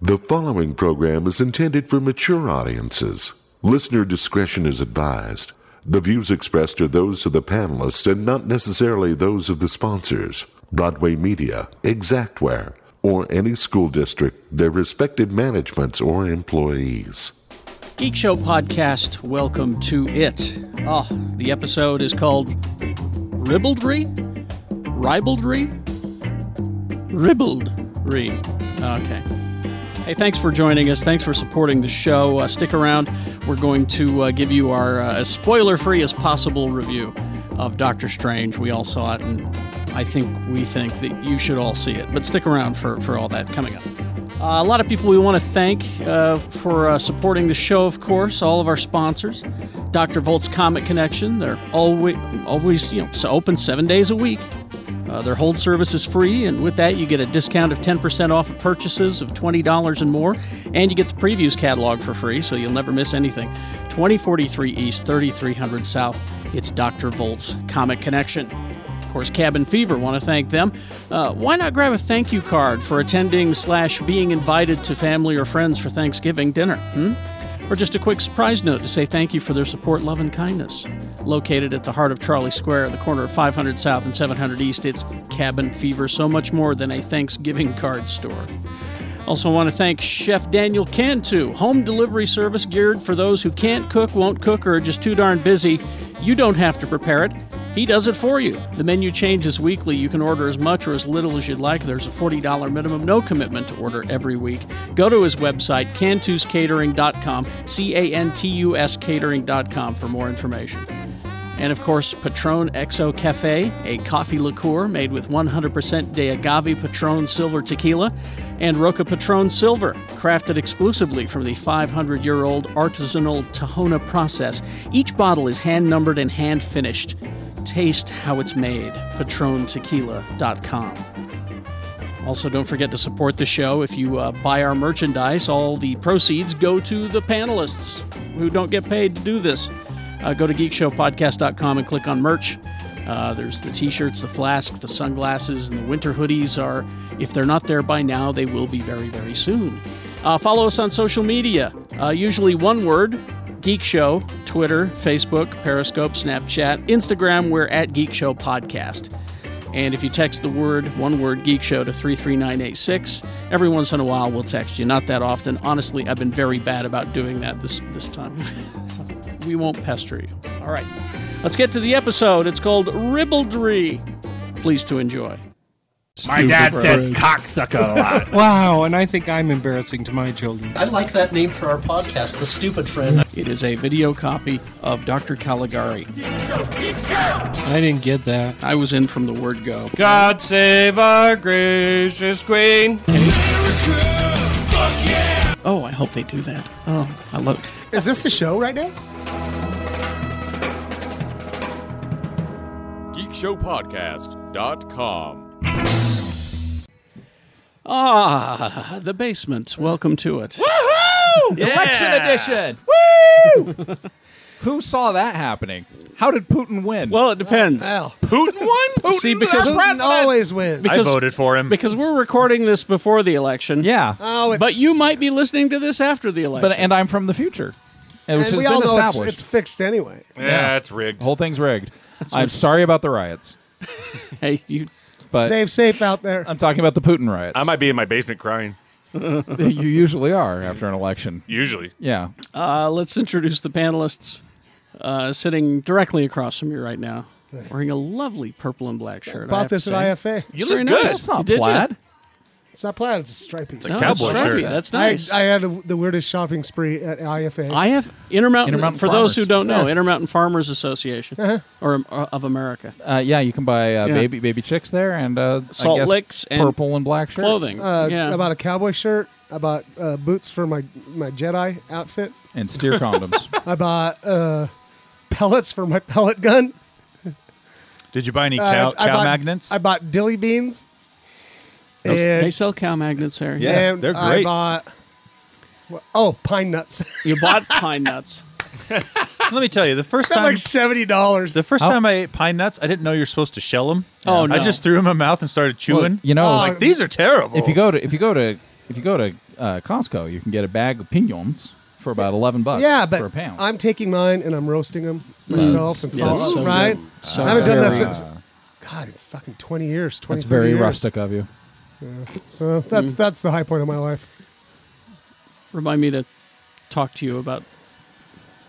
The following program is intended for mature audiences. Listener discretion is advised. The views expressed are those of the panelists and not necessarily those of the sponsors, Broadway Media, Exactware, or any school district, their respective managements or employees. Geek Show Podcast, welcome to it. Oh, the episode is called Ribaldry? Ribaldry? Ribaldry. Okay. Hey, thanks for joining us. Thanks for supporting the show. Uh, stick around. We're going to uh, give you our uh, as spoiler free as possible review of Doctor Strange. We all saw it, and I think we think that you should all see it. But stick around for, for all that coming up. Uh, a lot of people we want to thank uh, for uh, supporting the show, of course, all of our sponsors. Dr. Volt's Comic Connection, they're always, always you know, so open seven days a week. Uh, their hold service is free, and with that, you get a discount of 10% off of purchases of $20 and more, and you get the previews catalog for free, so you'll never miss anything. 2043 East, 3300 South, it's Dr. Volt's Comic Connection. Of course, Cabin Fever want to thank them. Uh, why not grab a thank you card for attending slash being invited to family or friends for Thanksgiving dinner? Hmm? Or just a quick surprise note to say thank you for their support, love, and kindness. Located at the heart of Charlie Square, at the corner of 500 South and 700 East, it's Cabin Fever, so much more than a Thanksgiving card store. Also, want to thank Chef Daniel Cantu, home delivery service geared for those who can't cook, won't cook, or are just too darn busy. You don't have to prepare it, he does it for you. The menu changes weekly. You can order as much or as little as you'd like. There's a $40 minimum, no commitment to order every week. Go to his website, cantuscatering.com, C A N T U S catering.com, for more information. And of course, Patron XO Cafe, a coffee liqueur made with 100% de agave Patron Silver tequila and Roca Patron Silver, crafted exclusively from the 500 year old artisanal Tahona process. Each bottle is hand numbered and hand finished. Taste how it's made. PatronTequila.com. Also, don't forget to support the show. If you uh, buy our merchandise, all the proceeds go to the panelists who don't get paid to do this. Uh, go to geekshowpodcast.com and click on merch. Uh, there's the t shirts, the flask, the sunglasses, and the winter hoodies are, if they're not there by now, they will be very, very soon. Uh, follow us on social media, uh, usually one word, Geek Show, Twitter, Facebook, Periscope, Snapchat, Instagram, we're at Geek Show Podcast. And if you text the word, one word, Geek Show to 33986, every once in a while we'll text you. Not that often. Honestly, I've been very bad about doing that this, this time. So we won't pester you. All right. Let's get to the episode. It's called Ribaldry. Please to enjoy. My dad says cocksucker a lot. Wow, and I think I'm embarrassing to my children. I like that name for our podcast, The Stupid Friends. It is a video copy of Dr. Caligari. I didn't get that. I was in from the word go. God save our gracious queen. Oh, I hope they do that. Oh, I love. Is this the show right now? geekshowpodcast.com. Ah, the basement. Welcome to it. Election edition. Woo! Who saw that happening? How did Putin win? Well, it depends. Well, Putin won. See, because- Putin always wins. Because- I voted for him. because we're recording this before the election. yeah, Oh, it's, But you might be listening to this after the election. but and I'm from the future, and which and has we all been know it's, established. it's fixed anyway. yeah, it's rigged. the whole thing's rigged. I'm sorry about the riots, hey, you but Dave safe out there. I'm talking about the Putin riots. I might be in my basement crying. you usually are after an election. Usually, Yeah, Uh, let's introduce the panelists uh, sitting directly across from you right now, wearing a lovely purple and black shirt. I Bought have to this say. at IFA. you very look good. nice. that's not Did ya? plaid. It's not plaid. It's stripy. No, Cowboy that's shirt. right. That's nice. I, I had a, the weirdest shopping spree at IFA. I have Intermountain, Intermountain for those Farmers. who don't know, Intermountain Farmers Association or um, uh, of America. Uh, yeah, you can buy uh, Yeah. baby baby chicks there, and uh, I Salt guess licks and purple and, black shirts. Clothing. uh, yeah. I bought a cowboy shirt. I bought uh, boots for my my Jedi outfit. and steer condoms. I bought uh, pellets for my pellet gun. Did you buy any Uh, cow, I, I cow bought, magnets? I bought dilly beans. Those- and- they sell cow magnets there. Yeah, and they're I great. bought. wha- Oh, pine nuts. You bought pine nuts. Let me tell you, the first Spent time like seventy dollars. the first Oh. time I ate pine nuts, I didn't know you're supposed to shell them. Oh, I no. just threw them in my mouth and started chewing. you know, Oh, like these are terrible. if you go to if you go to if you go to uh, Costco, you can get a bag of pignons for about eleven bucks. yeah, but for a pound. I'm taking mine and I'm roasting them myself and Mm. yeah, salt, that's so good. right? So I haven't done that very- uh, since God, in fucking twenty years. 20, uh, That's very years. rustic of you. So that's Mm. that's the high point of my life. Remind me to talk to you about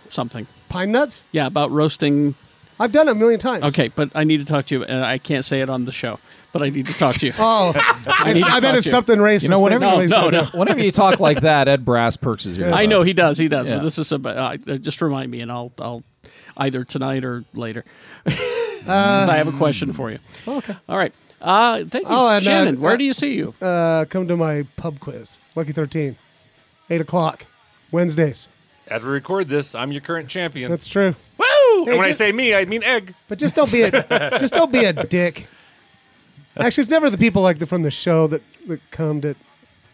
something. Pine nuts. Yeah, about roasting. I've done it a million times. Okay, but I need to talk to you, and I can't say it on the show. But I need to talk to you. Oh, need it's, to I talk bet it's to you. something racist. You know, whenever that No, somebody's no, done. no. Whenever you talk like that, Ed Brass perks his ears. I know he does. He does. Yeah. But this is about. Uh, just remind me, and I'll. I'll either tonight or later. 'Cause I have a question for you. Okay. All right. Uh, thank you, Oh, and, uh, Shannon. where uh, do you see you? Uh, come to my pub quiz, Lucky Thirteen, eight o'clock, Wednesdays. As we record this, I'm your current champion. That's true. Woo! and when I just- say me, I mean egg. But just don't be a just don't be a dick. Actually, it's never the people like the, from the show that that come that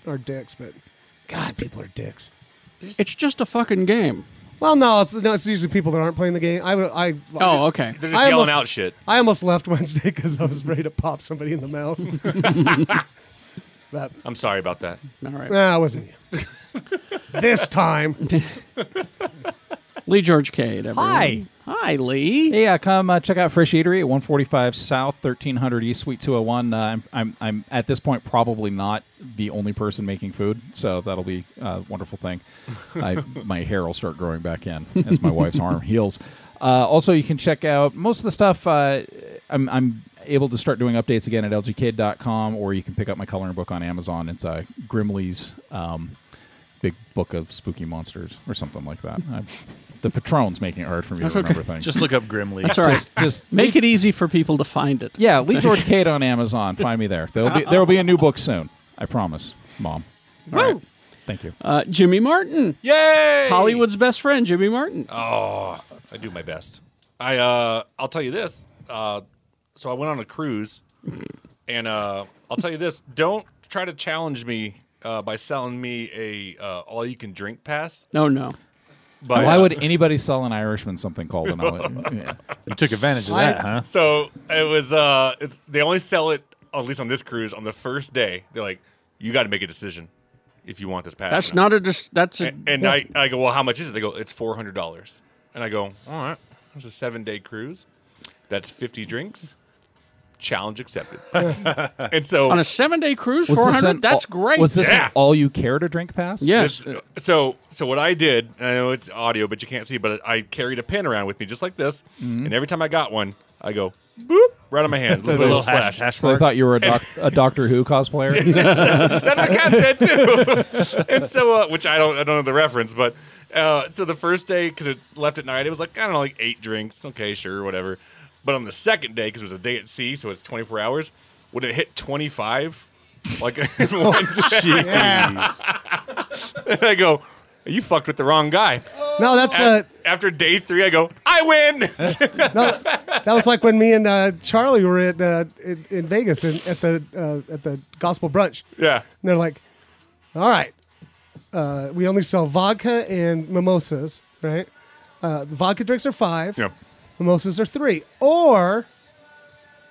are dicks, but God, people are dicks. It's just a fucking game. Well, no, it's no, it's usually people that aren't playing the game. I would- I Oh, okay. They're just I yelling almost- out shit. I almost left Wednesday because I was ready to pop somebody in the mouth. but I'm sorry about that. All right. nah, it wasn't you. this time, Lee George Cade. Everyone. Hi. Hi, Lee. Yeah, come uh, check out Fresh Eatery at 145 South, 1300 East, Suite 201. Uh, I'm, I'm, I'm at this point probably not the only person making food, so that'll be a wonderful thing. I, my hair will start growing back in as my wife's arm heals. Uh, also, you can check out most of the stuff. Uh, I'm, I'm able to start doing updates again at lgkid.com, or you can pick up my coloring book on Amazon. It's uh, Grimley's. Um, Big book of spooky monsters, or something like that. I, the patron's making it hard for me to remember things. Just look up Grimly. That's all right. Just, just Make it easy for people to find it. yeah, Lee George Cade on Amazon. Find me there. There'll Uh, be there'll be a new book soon. I promise, Mom. All right. Thank you. Uh, Jimmy Martin. Yay! Hollywood's best friend, Jimmy Martin. Oh. I do my best. I uh, I'll tell you this. Uh, so I went on a cruise, and uh, I'll tell you this: don't try to challenge me uh, by selling me a uh, all-you-can-drink pass. Oh, no. But Why would anybody sell an Irishman something called an? yeah. You took advantage of that, huh? so it was. Uh, it's they only sell it at least on this cruise on the first day. They're like, you got to make a decision if you want this pass. That's or not." not a. Dis- that's a. And, and I, I go, well, how much is it? They go, it's four hundred dollars. And I go, all right, it's a seven-day cruise. That's fifty drinks. Challenge accepted. and so on a seven day cruise, Was this 400? an that's all- great. Was this Yeah. an all you care to drink pass? yes. This- so so what I did, and I know it's audio, but you can't see, but I carried a pen around with me just like this, Mm-hmm. and every time I got one, I go boop right on my hand, little, little slash. So they thought you were a, doc- a Doctor Who cosplayer. That's what Kat said too. and so, uh, which I don't, I don't know the reference, but uh, so the first day because it left at night, it was like I don't know, like eight drinks. Okay, sure, whatever. But on the second day, because it was a day at sea, so it's twenty four hours. When it hit twenty five, like in one day, I go, you fucked with the wrong guy. no, that's uh, After day three, I go, I win. that was like when me and uh, Charlie were at uh, in, in Vegas in, at the uh, at the gospel brunch. yeah. And they're like, all right, uh, we only sell vodka and mimosas, right? Uh, the vodka drinks are five, Yeah. mimosas are three. Or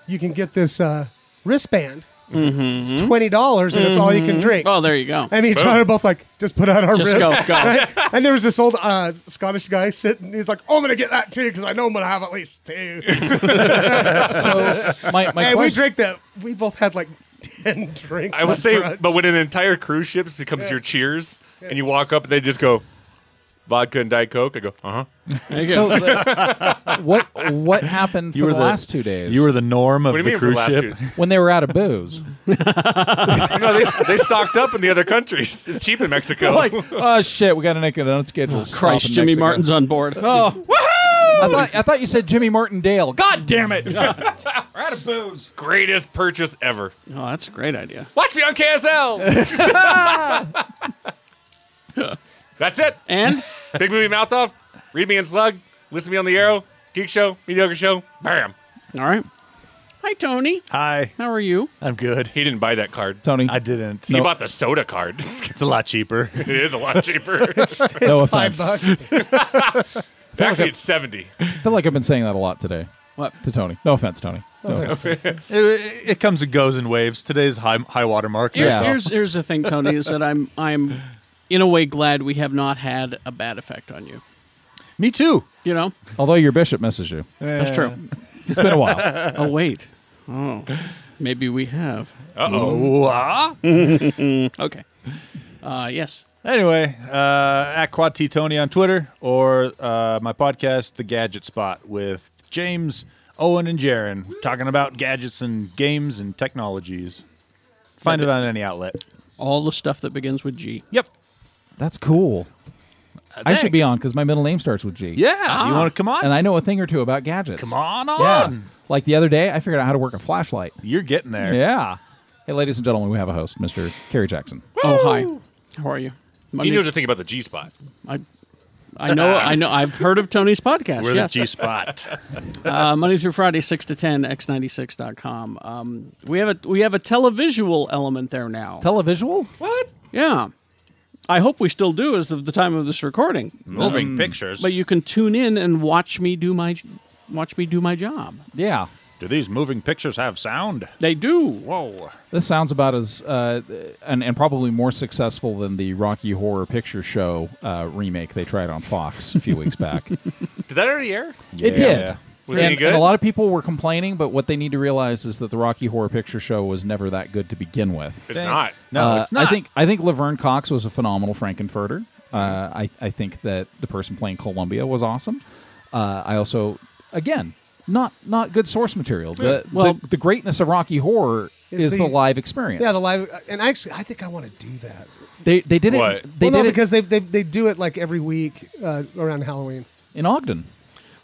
you can get this uh, wristband. Mm-hmm. It's $20 and it's all you can drink. Oh, there you go. I mean, John and I both like, just put out our Just wrist. go, go. right? And there was this old uh, Scottish guy sitting. He's like, oh, I'm going to get that too because I know I'm going to have at least two. so my, my and we question- drank that. We both had like 10 drinks. I would on say, brunch. but when an entire cruise ship becomes your cheers, and you walk up and they just go, vodka and Diet Coke, I go, uh huh. There you go. what what happened for the, last two days? You were the norm of What do the you mean for cruise the last ship. year? when they were out of booze. No, they, they stocked up in the other countries. It's cheap in Mexico. like, oh shit, we got to make an unscheduled. schedule. Christ, Jimmy Martin's on board. Oh, I thought I thought you said Jimmy Martindale. God damn it! Greatest purchase ever. oh that's a great idea. Watch me on KSL. That's it. And Big movie mouth off. Read me in slug. Listen to me on the arrow. Geek show. Mediocre show. Bam. all right. Hi, Tony. Hi, How are you? I'm good. He didn't buy that card. Tony, I didn't. He bought the soda card. It's a lot cheaper. it is a lot cheaper. no five offense. bucks. Actually, it's seventy. I feel like I've been saying that a lot today. What? to Tony. No offense, Tony. No offense. It, it comes and goes in waves. Today's high high water mark. Here- Yeah. Here's here's the thing, Tony, is that I'm I'm in a way glad we have not had a bad effect on you. Me too. You know, Although your bishop messaged you, that's true. it's been a while. Oh wait, oh, maybe we have. Oh, Wah? Okay, uh, yes. Anyway, uh, at Quad T Tony on Twitter or uh, my podcast, The Gadget Spot, with James, Owen, and Jaron, talking about gadgets and games and technologies. Find it on any outlet. All the stuff that begins with G. Yep. That's cool. I should be Thanks. on because my middle name starts with G. Yeah. You want to come on? And I know a thing or two about gadgets. come on Yeah. on. Like the other day, I figured out how to work a flashlight. You're getting there. Yeah. Hey, ladies and gentlemen, we have a host, Mr. Kerry Jackson. Oh hi, how are you? My He knows a name's- thing about the G spot. I, I know, I know. I've heard of Tony's podcast. We're yes. the G Spot. uh, Monday through Friday, six to ten, x96.com. Um, we have a we have a televisual element there now. Televisual? yeah, I hope we still do as of the time of this recording. Moving pictures. But you can tune in and watch me do my watch me do my job. Yeah. Do these moving pictures have sound? They do. Whoa. This sounds about as, uh, and, and probably more successful than the Rocky Horror Picture Show uh, remake they tried on Fox a few weeks back. Did that already air? It did. Was it and, any good? and a lot of people were complaining, but what they need to realize is that the Rocky Horror Picture Show was never that good to begin with. it's not. No, Uh, it's not. I think I think Laverne Cox was a phenomenal Frankenfurter. Uh, I I think that the person playing Columbia was awesome. Uh, I also, again, not not good source material. The, Well- the, the greatness of Rocky Horror Is is the, the- live experience. Yeah, the live and actually, I think I want to do that. they they did What? it. They well, no, did it because they, they they do it like every week uh, around Halloween. in Ogden.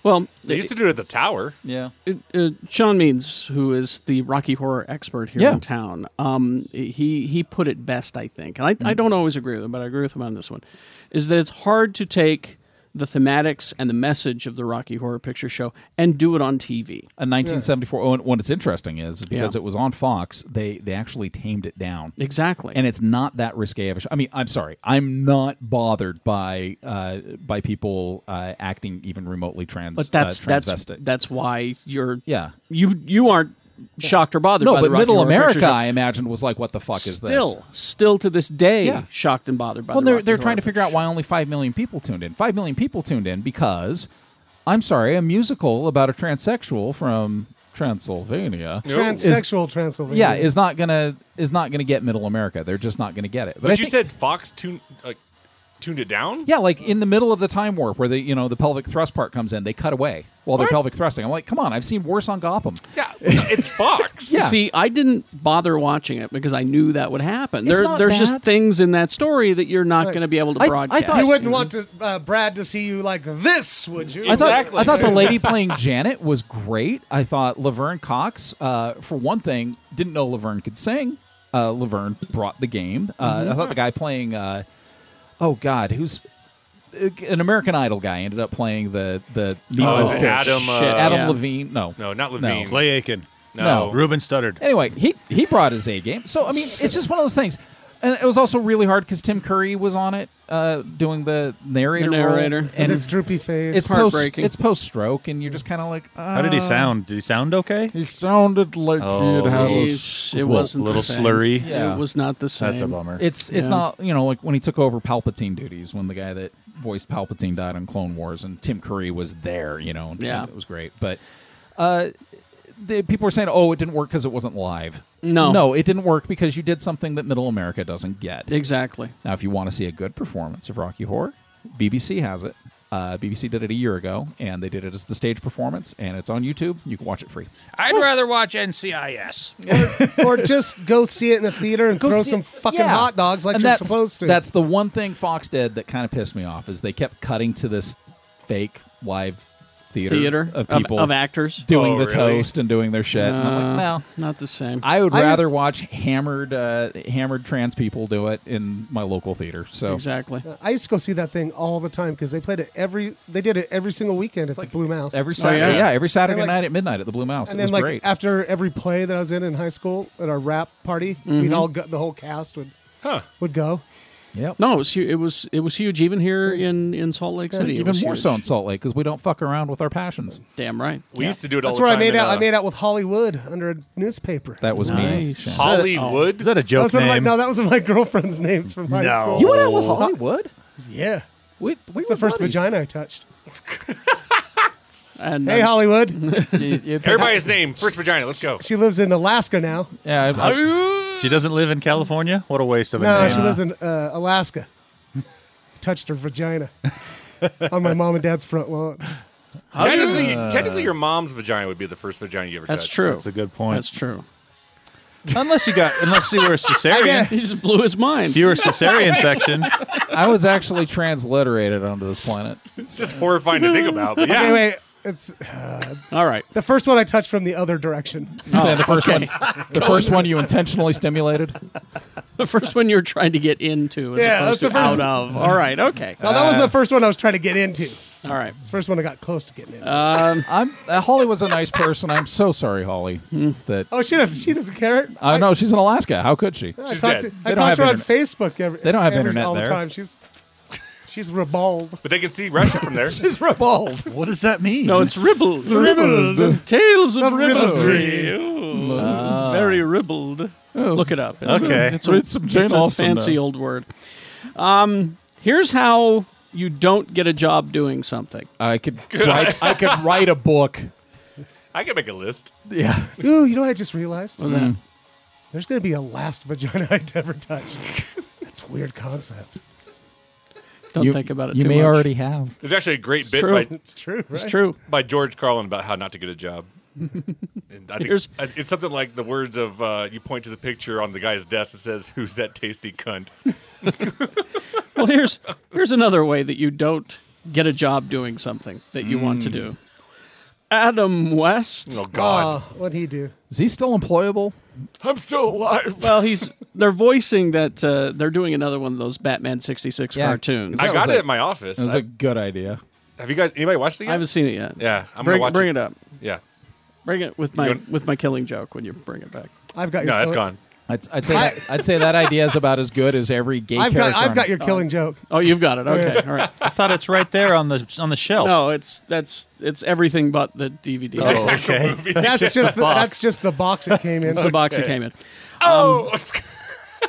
Well, They used to do it at the tower. Yeah. uh, Sean Means, who is the Rocky Horror expert here Yeah. in town, um, he he put it best, I think, and I, Mm. I don't always agree with him, but I agree with him on this one, is that it's hard to take the thematics and the message of the Rocky Horror Picture Show and do it on TV. A 1974. Oh, and what it's interesting is because Yeah. it was on Fox, they they actually tamed it down. Exactly. and it's not that risque of a show. I mean, I'm sorry, I'm not bothered by uh, by people uh, acting even remotely trans. but that's uh, that's transvestic. that's why you're yeah. you you aren't shocked or bothered. No, by the but Rocky Middle Horror Picture America, Show. I imagined, was like, what the fuck is this? Still, still to this day, Yeah. shocked and bothered by. Well, the they're Rocky they're Horror trying to Picture figure out why only five million people tuned in. Five million people tuned in because, I'm sorry, a musical about a transsexual from Transylvania. Transsexual Transylvania. Yeah, is not gonna is not gonna get Middle America. They're just not gonna get it. But, I But you think- said Fox tuned like tuned it down. Yeah, like in the middle of the time warp where the you know the pelvic thrust part comes in, they cut away while they're pelvic thrusting. I'm like, come on, I've seen worse on Gotham. Yeah, it's Fox. Yeah. See, I didn't bother watching it because I knew that would happen. It's There, not there's just bad. things in that story that you're not going to be able to I- I broadcast. thought- you wouldn't want to, uh, Brad to see you like this, would you? I thought, Exactly. I thought the lady playing Janet was great. I thought Laverne Cox, uh, for one thing, didn't know Laverne could sing. Uh, Laverne brought the game. Uh, I Mm-hmm. thought the guy playing, uh, oh God, who's uh, an American Idol guy ended up playing the the Oh, is Nemo. it Adam? Uh, Shit. Adam Yeah. Levine. No, No, not Levine. Clay Aiken. No. Ruben Studdard. anyway, he he brought his A game. So I mean, it's just one of those things. And it was also really hard because Tim Curry was on it, uh, doing the narrator. The role, narrator. and his it's droopy face. it's post heartbreaking. it's post stroke, and you're just kind of like, uh, How did he sound? Did he sound okay? He sounded like Oh, he had had a It's- it wasn't little the same. slurry. Yeah. It was not the same. That's a bummer. It's it's Yeah. not you know like when he took over Palpatine duties when the guy that voiced Palpatine died on Clone Wars and Tim Curry was there you know and Yeah. it was great but uh, the, people were saying oh it didn't work because it wasn't live No. no it didn't work because you did something that Middle America doesn't get Exactly. now if you want to see a good performance of Rocky Horror BBC has it uh, BBC did it a year ago and they did it as the stage performance and it's on YouTube you can watch it free I'd rather watch NCIS. or just go see it in the theater and Go throw see some it. fucking Yeah. hot dogs like And you're that's- supposed to. That's the one thing Fox did that kind of pissed me off is they kept cutting to this fake live theater, Theater of people of, actors. doing Oh, the really? toast and doing their shit. and I'm Uh, like, well, Not the same. I would I- rather watch hammered uh, hammered trans people do it in my local theater. So exactly. I used to go see that thing all the time because they played it every. They did it every single weekend at the Blue Mouse. every Saturday, yeah. yeah. every Saturday And, like- night at midnight at the Blue Mouse. and it then was like great. after every play that I Mm-hmm. was in in high school at our rap party, we'd all go, the whole cast would would go. Yep. No, it was, hu- it was it was huge. Even here in, in Salt Lake City, it Even was more huge. so in Salt Lake because we don't fuck around with our passions. Damn right. We used to do it all That's the where I time. made in, out. I uh, made out with Hollywood under a newspaper. That was Nice. me. Yeah. Hollywood. Is that a That joke was one of my, name? no, that was one of my girlfriend's names from high No. school. You went out with Hollywood? Yeah, We, we it's the were first buddies. vagina I touched. And Hey, uh, Hollywood. You- you think- Everybody's name. First vagina. Let's go. she lives in Alaska now. Yeah, I- I- she doesn't live in California. What a waste of a No, name. she lives in uh, Alaska. Touched her vagina on my mom and dad's front lawn. Technically, technically, your mom's vagina would be the first vagina you ever that's touched. true. That's a good point. That's true. unless you got, unless you were a cesarean. He just blew his mind. If you were a cesarean section, I was actually transliterated onto this planet. It's just horrifying to think about. But yeah. Anyway, it's All right. the first one I touched from the other direction. So the first one, the first one you intentionally stimulated. The first one you're trying to get into as Yeah, opposed that's to the out first- of. All right. Okay. No, that Ah. was the first one I was trying to get into. All right. It's the first one I got close to getting into. I'm uh, Holly was a nice person. I'm so sorry, Holly. That oh, she doesn't. She doesn't care. Hmm. I know she's in Alaska. How could she? I She's talk to, dead. They I don't talk have to her on internet. Facebook every. They don't have every- internet all there. the time. She's she's ribald. But they can see Russia from there. She's ribald. what does that mean? No, it's ribbled. Ribbled. Tales of Of ribaldry. ribaldry. Ooh, Very ribbled. Look it up. It's a- Okay. it's a, Read some Oh. Jane it's a Austen, fancy though. old word. Um, here's how you don't get a job doing something. I could write, I could write a book. I can make a list. Yeah. Ooh, you know what I just realized? What was Mm. that? There's gonna be a last vagina I'd ever touched. That's a weird concept. Don't you, think about it You too may much. already have. There's actually a great bit true. by, It's true. Right? It's true. by George Carlin about how not to get a job. And I think Here's- I- it's something like the words of uh, you point to the picture on the guy's desk that says, "Who's that tasty cunt?" Well, here's here's another way that you don't get a job doing something that you want Mm. to do. Adam West. Oh Oh, God, what'd he do? Is he still employable? I'm so alive. Well, he's they're voicing that uh, they're doing another one of those Batman '66 Yeah. cartoons. I was got it a- at my office. That was I- a good idea. have you guys anybody watched it? Yet? I haven't seen it yet. yeah, I'm bring gonna watch bring it. it up. Yeah, Bring it with my You want- with my killing joke when you bring it back. I've got your. no, that's killing- gone. I'd, I'd say that, I'd say that idea is about as good as every gay I've character. got. I've on got it. your killing joke. Oh, you've got it. Okay, all right. I thought it's right there on the on the shelf. No, it's that's it's everything but the DVD. Oh, okay. That's just. the, that's just the box it came in. It's the box it came in. Oh,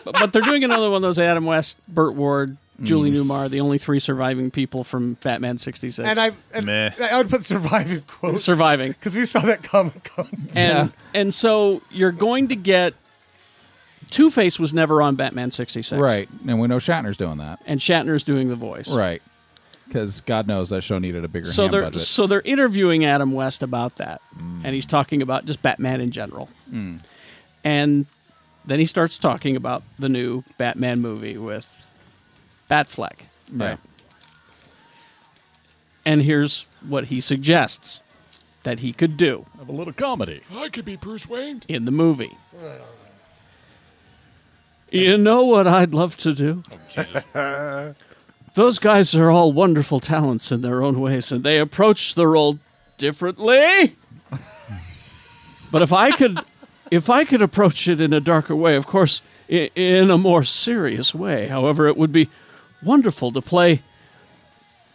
But, but they're doing another one of those Adam West, Burt Ward, Julie Newmar, the only three surviving people from Batman '66. And I. And Meh. I would put surviving quotes. surviving. Because we saw that Comic Con. And and so you're going to get Two Face was never on Batman sixty six. right, and we know Shatner's doing that. And Shatner's doing the voice. Right, because God knows that show needed a bigger So hand they're budget. Mm. so they're interviewing Adam West about that. And he's talking about just Batman in general. And then he starts talking about the new Batman movie with Batfleck. Right. And here's what he suggests that he could do. Have a little comedy. I could be Bruce Wayne. in the movie. You know what I'd love to do? Those guys are all wonderful talents in their own ways, and they approach the role differently. but if I could, if I could approach it in a darker way, of course, i- in a more serious way. However, it would be wonderful to play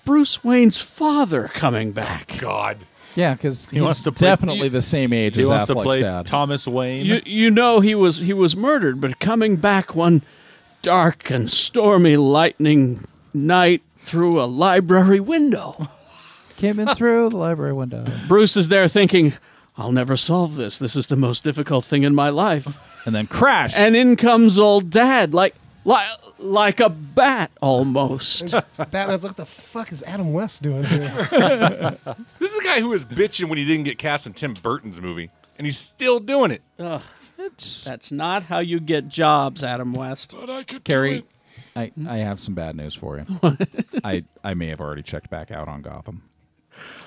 Bruce Wayne's father coming back. God, Yeah, because he's wants to play- definitely the same age He as wants to Affleck's play dad. Thomas Wayne. you, you know he was he was murdered, but coming back one dark and stormy lightning night through a library window. Came in through the library window, Bruce is there thinking, I'll never solve this. This is the most difficult thing in my life. and then crash. And in comes old dad, like like like a bat almost. Batman's like, what the fuck is Adam West doing here? this is a guy who was bitching when he didn't get cast in Tim Burton's movie, and he's still doing it. That's not how you get jobs, Adam West. But I could Carrie, I, I have some bad news for you. I I may have already checked back out on Gotham.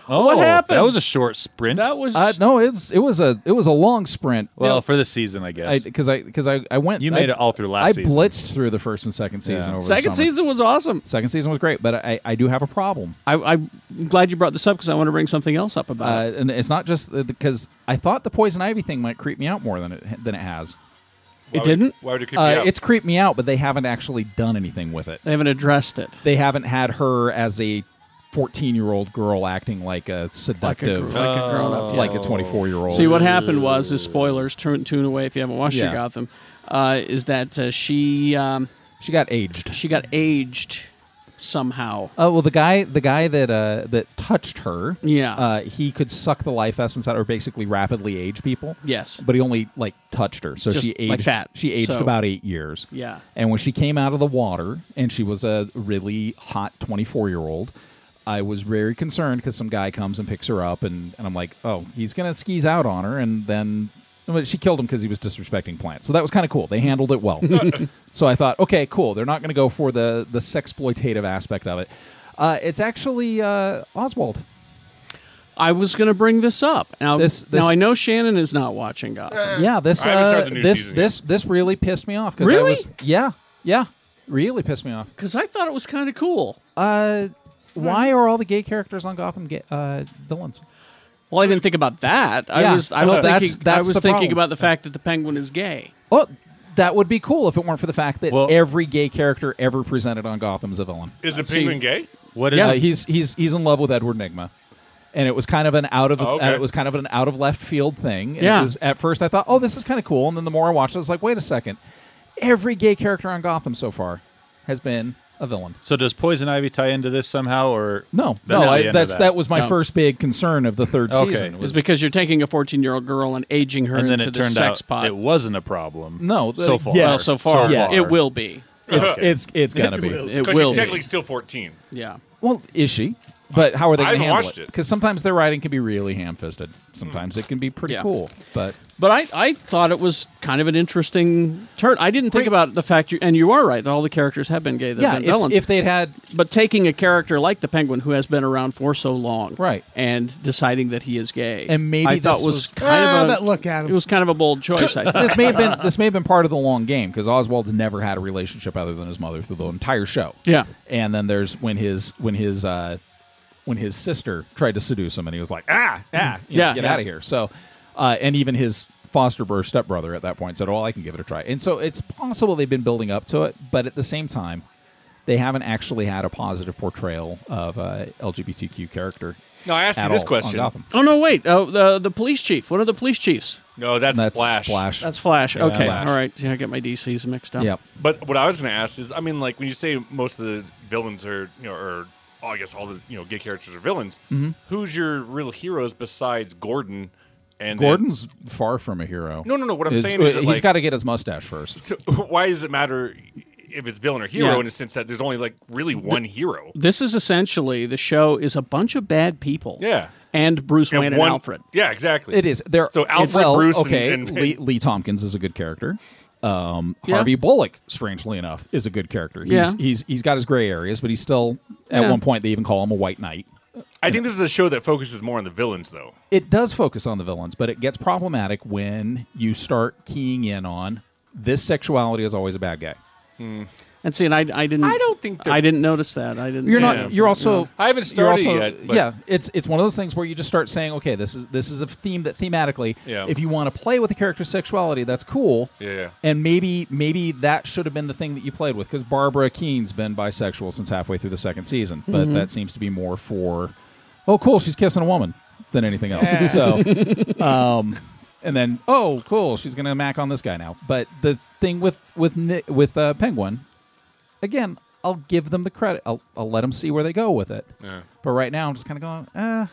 oh, what happened? That was a short sprint. That was Uh, no, it's it was a it was a long sprint. well for the season, I guess. because I because I, I went. you made I, it all through last I season. blitzed through the first and second season Yeah. over the second summer. season was awesome. Second season was great, but I, I do have a problem. I, I'm glad you brought this up because I want to bring something else up about it. Uh, and it's not just because I thought the poison ivy thing might creep me out more than it than it has. It didn't. Why would it creep you Uh, out? it's creeped me out, but they haven't actually done anything with it. They haven't addressed it. They haven't had her as a 14 year old girl acting like a Like a, gr- seductive, like a grown up. like a 24 year old. Oh. See what happened was is spoilers. Turn tune away if you haven't watched your Yeah. Gotham. Uh, is that uh, she um, She got aged. she got aged somehow? Uh, well, the guy, the guy that uh, that touched her, Yeah. uh, he could suck the life essence out, or basically rapidly age people. Yes. but he only like touched her, so Just she aged. like that. She aged So- about eight years. Yeah. and when she came out of the water, and she was a really hot twenty-four year old. I was very concerned because some guy comes and picks her up, and, and I'm like, oh, he's gonna skis out on her, and then well, she killed him because he was disrespecting plants. So that was kind of cool. They handled it well. so I thought, okay, cool. They're not gonna go for the the sexploitative aspect of it. Uh, it's actually uh, Oswald. I was going to bring this up. Now, This- this- now I know Shannon is not watching Gotham. Yeah, this I haven't uh, started the new this season yet. this this really pissed me off because Really? I was yeah yeah really pissed me off. Because I thought it was kind of cool. Uh, Hmm. why are all the gay characters on Gotham gay, uh, villains? Well, I didn't think about that. I Yeah. was I No, was that's- thinking that's I was the thinking problem. about the fact that the Penguin is gay. Oh, that would be cool if it weren't for the fact that Well- every gay character ever presented on Gotham is a villain. Is the see. penguin gay? What is Uh, he's he's he's in love with Edward Nigma. And it was kind of an out of uh, Oh, okay. it was kind of an out of left field thing. And it Yeah. was- at first I thought, oh, this is kind of cool. And then the more I watched, it, I was like, wait a second, every gay character on Gotham so far has been a villain. So does poison ivy tie into this somehow, or No, That's no, the I, end of that's that. that. was my No. first big concern of the third Okay. season. It's Was, because you're taking a 14 year old girl and aging her and then into it this turned sex out pot. it wasn't a problem. No, so uh, far. yeah. well, so far, Yeah. it will be. it's it's it's gonna be. It Because will. she's technically Be. still 14. Yeah. Well, is she? But how are they I going to haven't handle watched it. Because sometimes their writing can be really ham-fisted. Sometimes it can be pretty Yeah. cool. But But I, I thought it was kind of an interesting turn. I didn't think about the fact you and you are right that all the characters have been gay. They've yeah, been if, villains. if they'd had but taking a character like the Penguin who has been around for so long, Right. and deciding that he is gay, And maybe I thought this was was- kind Ah, of a but look at him. It was kind of a bold choice. I thought. this may have been this may have been part of the long game because Oswald's never had a relationship other than his mother through the entire show. Yeah. and then there's when his when his uh, when his sister tried to seduce him and he was like ah ah you know, Yeah, get Mm. yeah. out of here. So, uh, and even his foster brother stepbrother at that point said, "Well, I can give it a try." And so it's possible they've been building up to it, but at the same time, they haven't actually had a positive portrayal of uh, LGBTQ character. No, I asked at you this all on question. Gotham. oh no, wait. Oh, the the police chief. One of the police chiefs. No, that's, That's Flash. Splash. That's Flash. okay. Flash. All right. Yeah, I get my DCs mixed up. Yep. But what I was going to ask is, I mean, like when you say most of the villains are, you know, or oh, I guess all the you know gay characters are villains. Mm-hmm. Who's your real heroes besides Gordon? And then- Gordon's far from a hero. No, no, no, what I'm Is- saying is that, he's like- got to get his mustache first. so, why does it matter if it's villain or hero Yeah. in a sense that there's only like really one hero? This is essentially the show is a bunch of bad people. Yeah. And Bruce Wayne and one, Alfred. Yeah, exactly. It is there. So Alfred well, Bruce and- okay. and- Lee, Lee Tompkins is a good character. Um, Yeah. Harvey Bullock, strangely enough, is a good character. He's, Yeah. he's he's got his gray areas, but he's still at Yeah. one point they even call him a white knight. I think this is a show that focuses more on the villains, though. It does focus on the villains, but it gets problematic when you start keying in on this sexuality is always a bad guy. And see, and I, I didn't. I don't think they're- I didn't notice that. I didn't. You're yeah. not. You're also. I haven't you're started also- yet, but- yeah, it's it's one of those things where you just start saying, okay, this is this is a theme that thematically, Yeah. if you want to play with the character's sexuality, that's cool. Yeah. And maybe maybe that should have been the thing that you played with because Barbara Keene's been bisexual since halfway through the second season, but that seems to be more for, oh, cool, she's kissing a woman than anything else. So, um, and then oh, cool, she's gonna mac on this guy now. But the thing with with Ni- with uh, Penguin again, I'll give them the credit. I'll, I'll let them see where they go with it. But right now, I'm just kind of going, eh,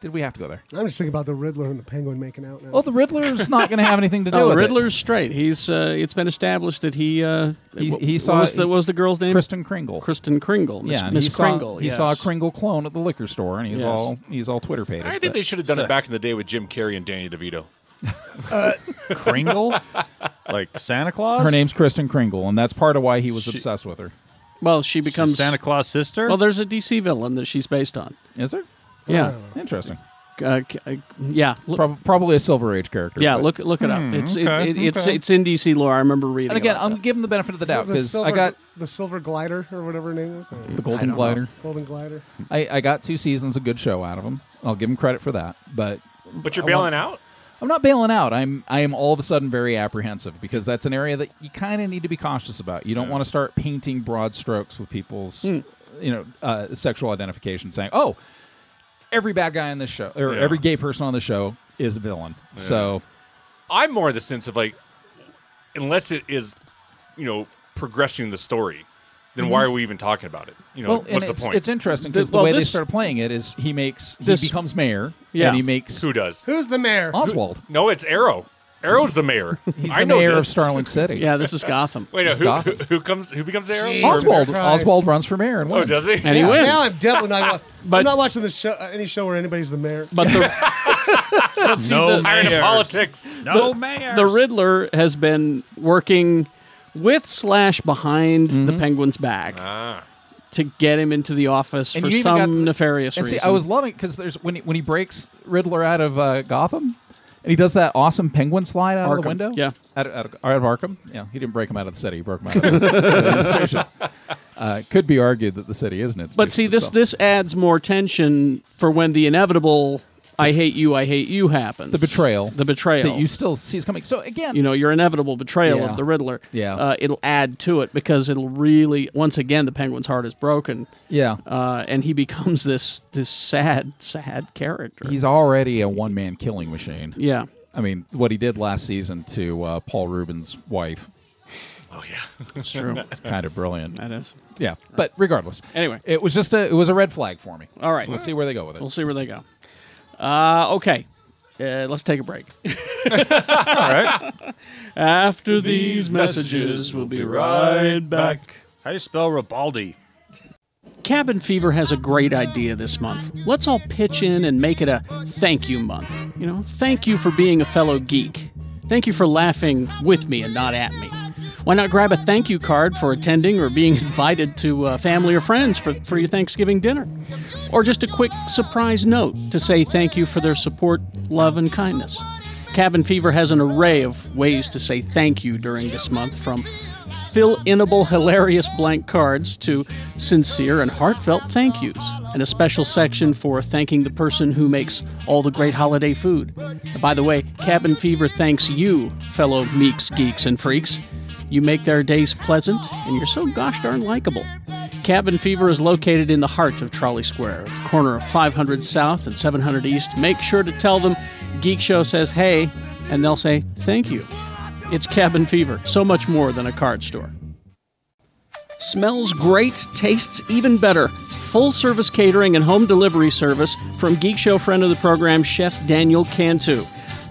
did we have to go there? I'm just thinking about the Riddler and the Penguin making out now. Well, the Riddler's not going to have anything to do No, with Riddler's straight. He's. Uh, it's been established that he. Uh, He- wh- he what saw- Was the, what was the girl's it. name? Kristen Kringle. Kristen Kringle. Miss, yeah, and Miss he saw, Kringle. He yes. saw a Kringle clone at the liquor store, and he's Yes. all he's all Twitter pated. I think they should have done it back in the day with Jim Carrey and Danny DeVito. Kringle, like Santa Claus. her name's Kristen Kringle, and that's part of why he was obsessed with her. Well, she becomes. Santa Claus sister. well, there's a DC villain that she's based on. Is there? Yeah. Interesting. Uh, c- uh, yeah. Look, Prob- probably a Silver Age character. yeah. but- Look. Look it up. It's. it- okay, it, It's. It's in DC lore. I remember reading. Hmm, And again, about I'm giving the benefit of the doubt The because I silver- got the silver glider or whatever her name is. Uh, the Golden know. Glider. Golden glider. I, I got two seasons of good show out of him. I'll give him credit for that. But But you're bailing out. I'm not bailing out. I'm I am all of a sudden very apprehensive because that's an area that you kind of need to be cautious about. You don't want to start painting broad strokes with people's Hmm. you know uh, sexual identification, saying, "Oh, every bad guy on this show or Yeah. every gay person on the show is a villain." So I'm more of the sense of like, unless it is, you know, progressing the story, then why are we even talking about it? You know, well, and what's the it's, point? it's interesting because the Well, way they this- start playing it is he makes he This- becomes mayor Yeah. and he makes Who does? Who's the mayor? Oswald. No, it's Arrow. Arrow's the mayor. He's I the know mayor this. of Starling City. Yeah, this is Gotham. Wait, no, It's who, who, Gotham. who comes? Who becomes Arrow? Oswald. Jesus Christ. Oswald runs for mayor and Oh, wins. does he? And he wins. Now I'm definitely not. wa- But- I'm not watching the show, uh, any show where anybody's the mayor. But the, No Tired of mayor. politics. No mayor. the Riddler has been working with slash behind the Mm-hmm. Penguin's back to get him into the office And for you even got some to- nefarious And see, reason. I was loving because there's when he, when he breaks Riddler out of uh, Gotham, and he does that awesome penguin slide out of Arkham, the window. yeah. out, out, of, out of Arkham. Yeah, he didn't break him out of the city; he broke him out of the station. Uh, it could be argued that the city isn't its. but see, this this adds more tension for when the inevitable "I hate you, I hate you" happens. the betrayal, The betrayal. that you still see is coming. So again, you know your inevitable betrayal Yeah. of the Riddler. Yeah. uh, it'll add to it because it'll really once again the Penguin's heart is broken, yeah, uh, and he becomes this this sad sad character. he's already a one man killing machine. yeah, I mean, what he did last season to uh, Paul Rubin's wife. Oh, that's true. It's kind of brilliant. that is. Yeah, but regardless, Anyway. it was just a it was a red flag for me. All right. so we'll see where they go with it. We'll see where they go. Uh, okay, uh, let's take a break. All right. After these messages, we'll be right back. How do you spell Ribaldi? Cabin Fever has a great idea this month. Let's all pitch in and make it a thank you month. You know, thank you for being a fellow geek. Thank you for laughing with me and not at me. Why not grab a thank you card for attending or being invited to uh, family or friends for, for your Thanksgiving dinner? Or just a quick surprise note to say thank you for their support, love, and kindness. Cabin Fever has an array of ways to say thank you during this month from fill inable hilarious blank cards to sincere and heartfelt thank yous and a special section for thanking the person who makes all the great holiday food and by the way cabin fever thanks you fellow meeks geeks and freaks you make their days pleasant and you're so gosh darn likable cabin fever is located in the heart of trolley square at the corner of 500 south and 700 east make sure to tell them geek show says hey and they'll say thank you it's Cabin Fever, so much more than a card store. Smells great, tastes even better. Full service catering and home delivery service from Geek Show friend of the program, Chef Daniel Cantu.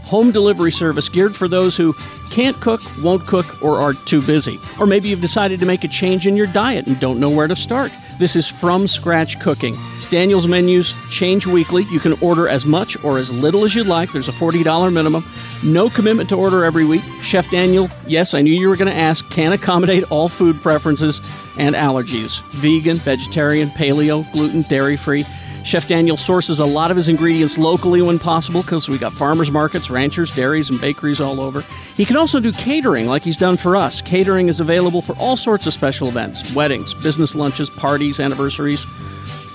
Home delivery service geared for those who can't cook, won't cook, or are too busy. Or maybe you've decided to make a change in your diet and don't know where to start. This is from scratch cooking. Daniel's menus change weekly. You can order as much or as little as you'd like. There's a $40 minimum. No commitment to order every week. Chef Daniel, yes, I knew you were going to ask, can accommodate all food preferences and allergies vegan, vegetarian, paleo, gluten, dairy free. Chef Daniel sources a lot of his ingredients locally when possible because we got farmers markets, ranchers, dairies, and bakeries all over. He can also do catering like he's done for us. Catering is available for all sorts of special events weddings, business lunches, parties, anniversaries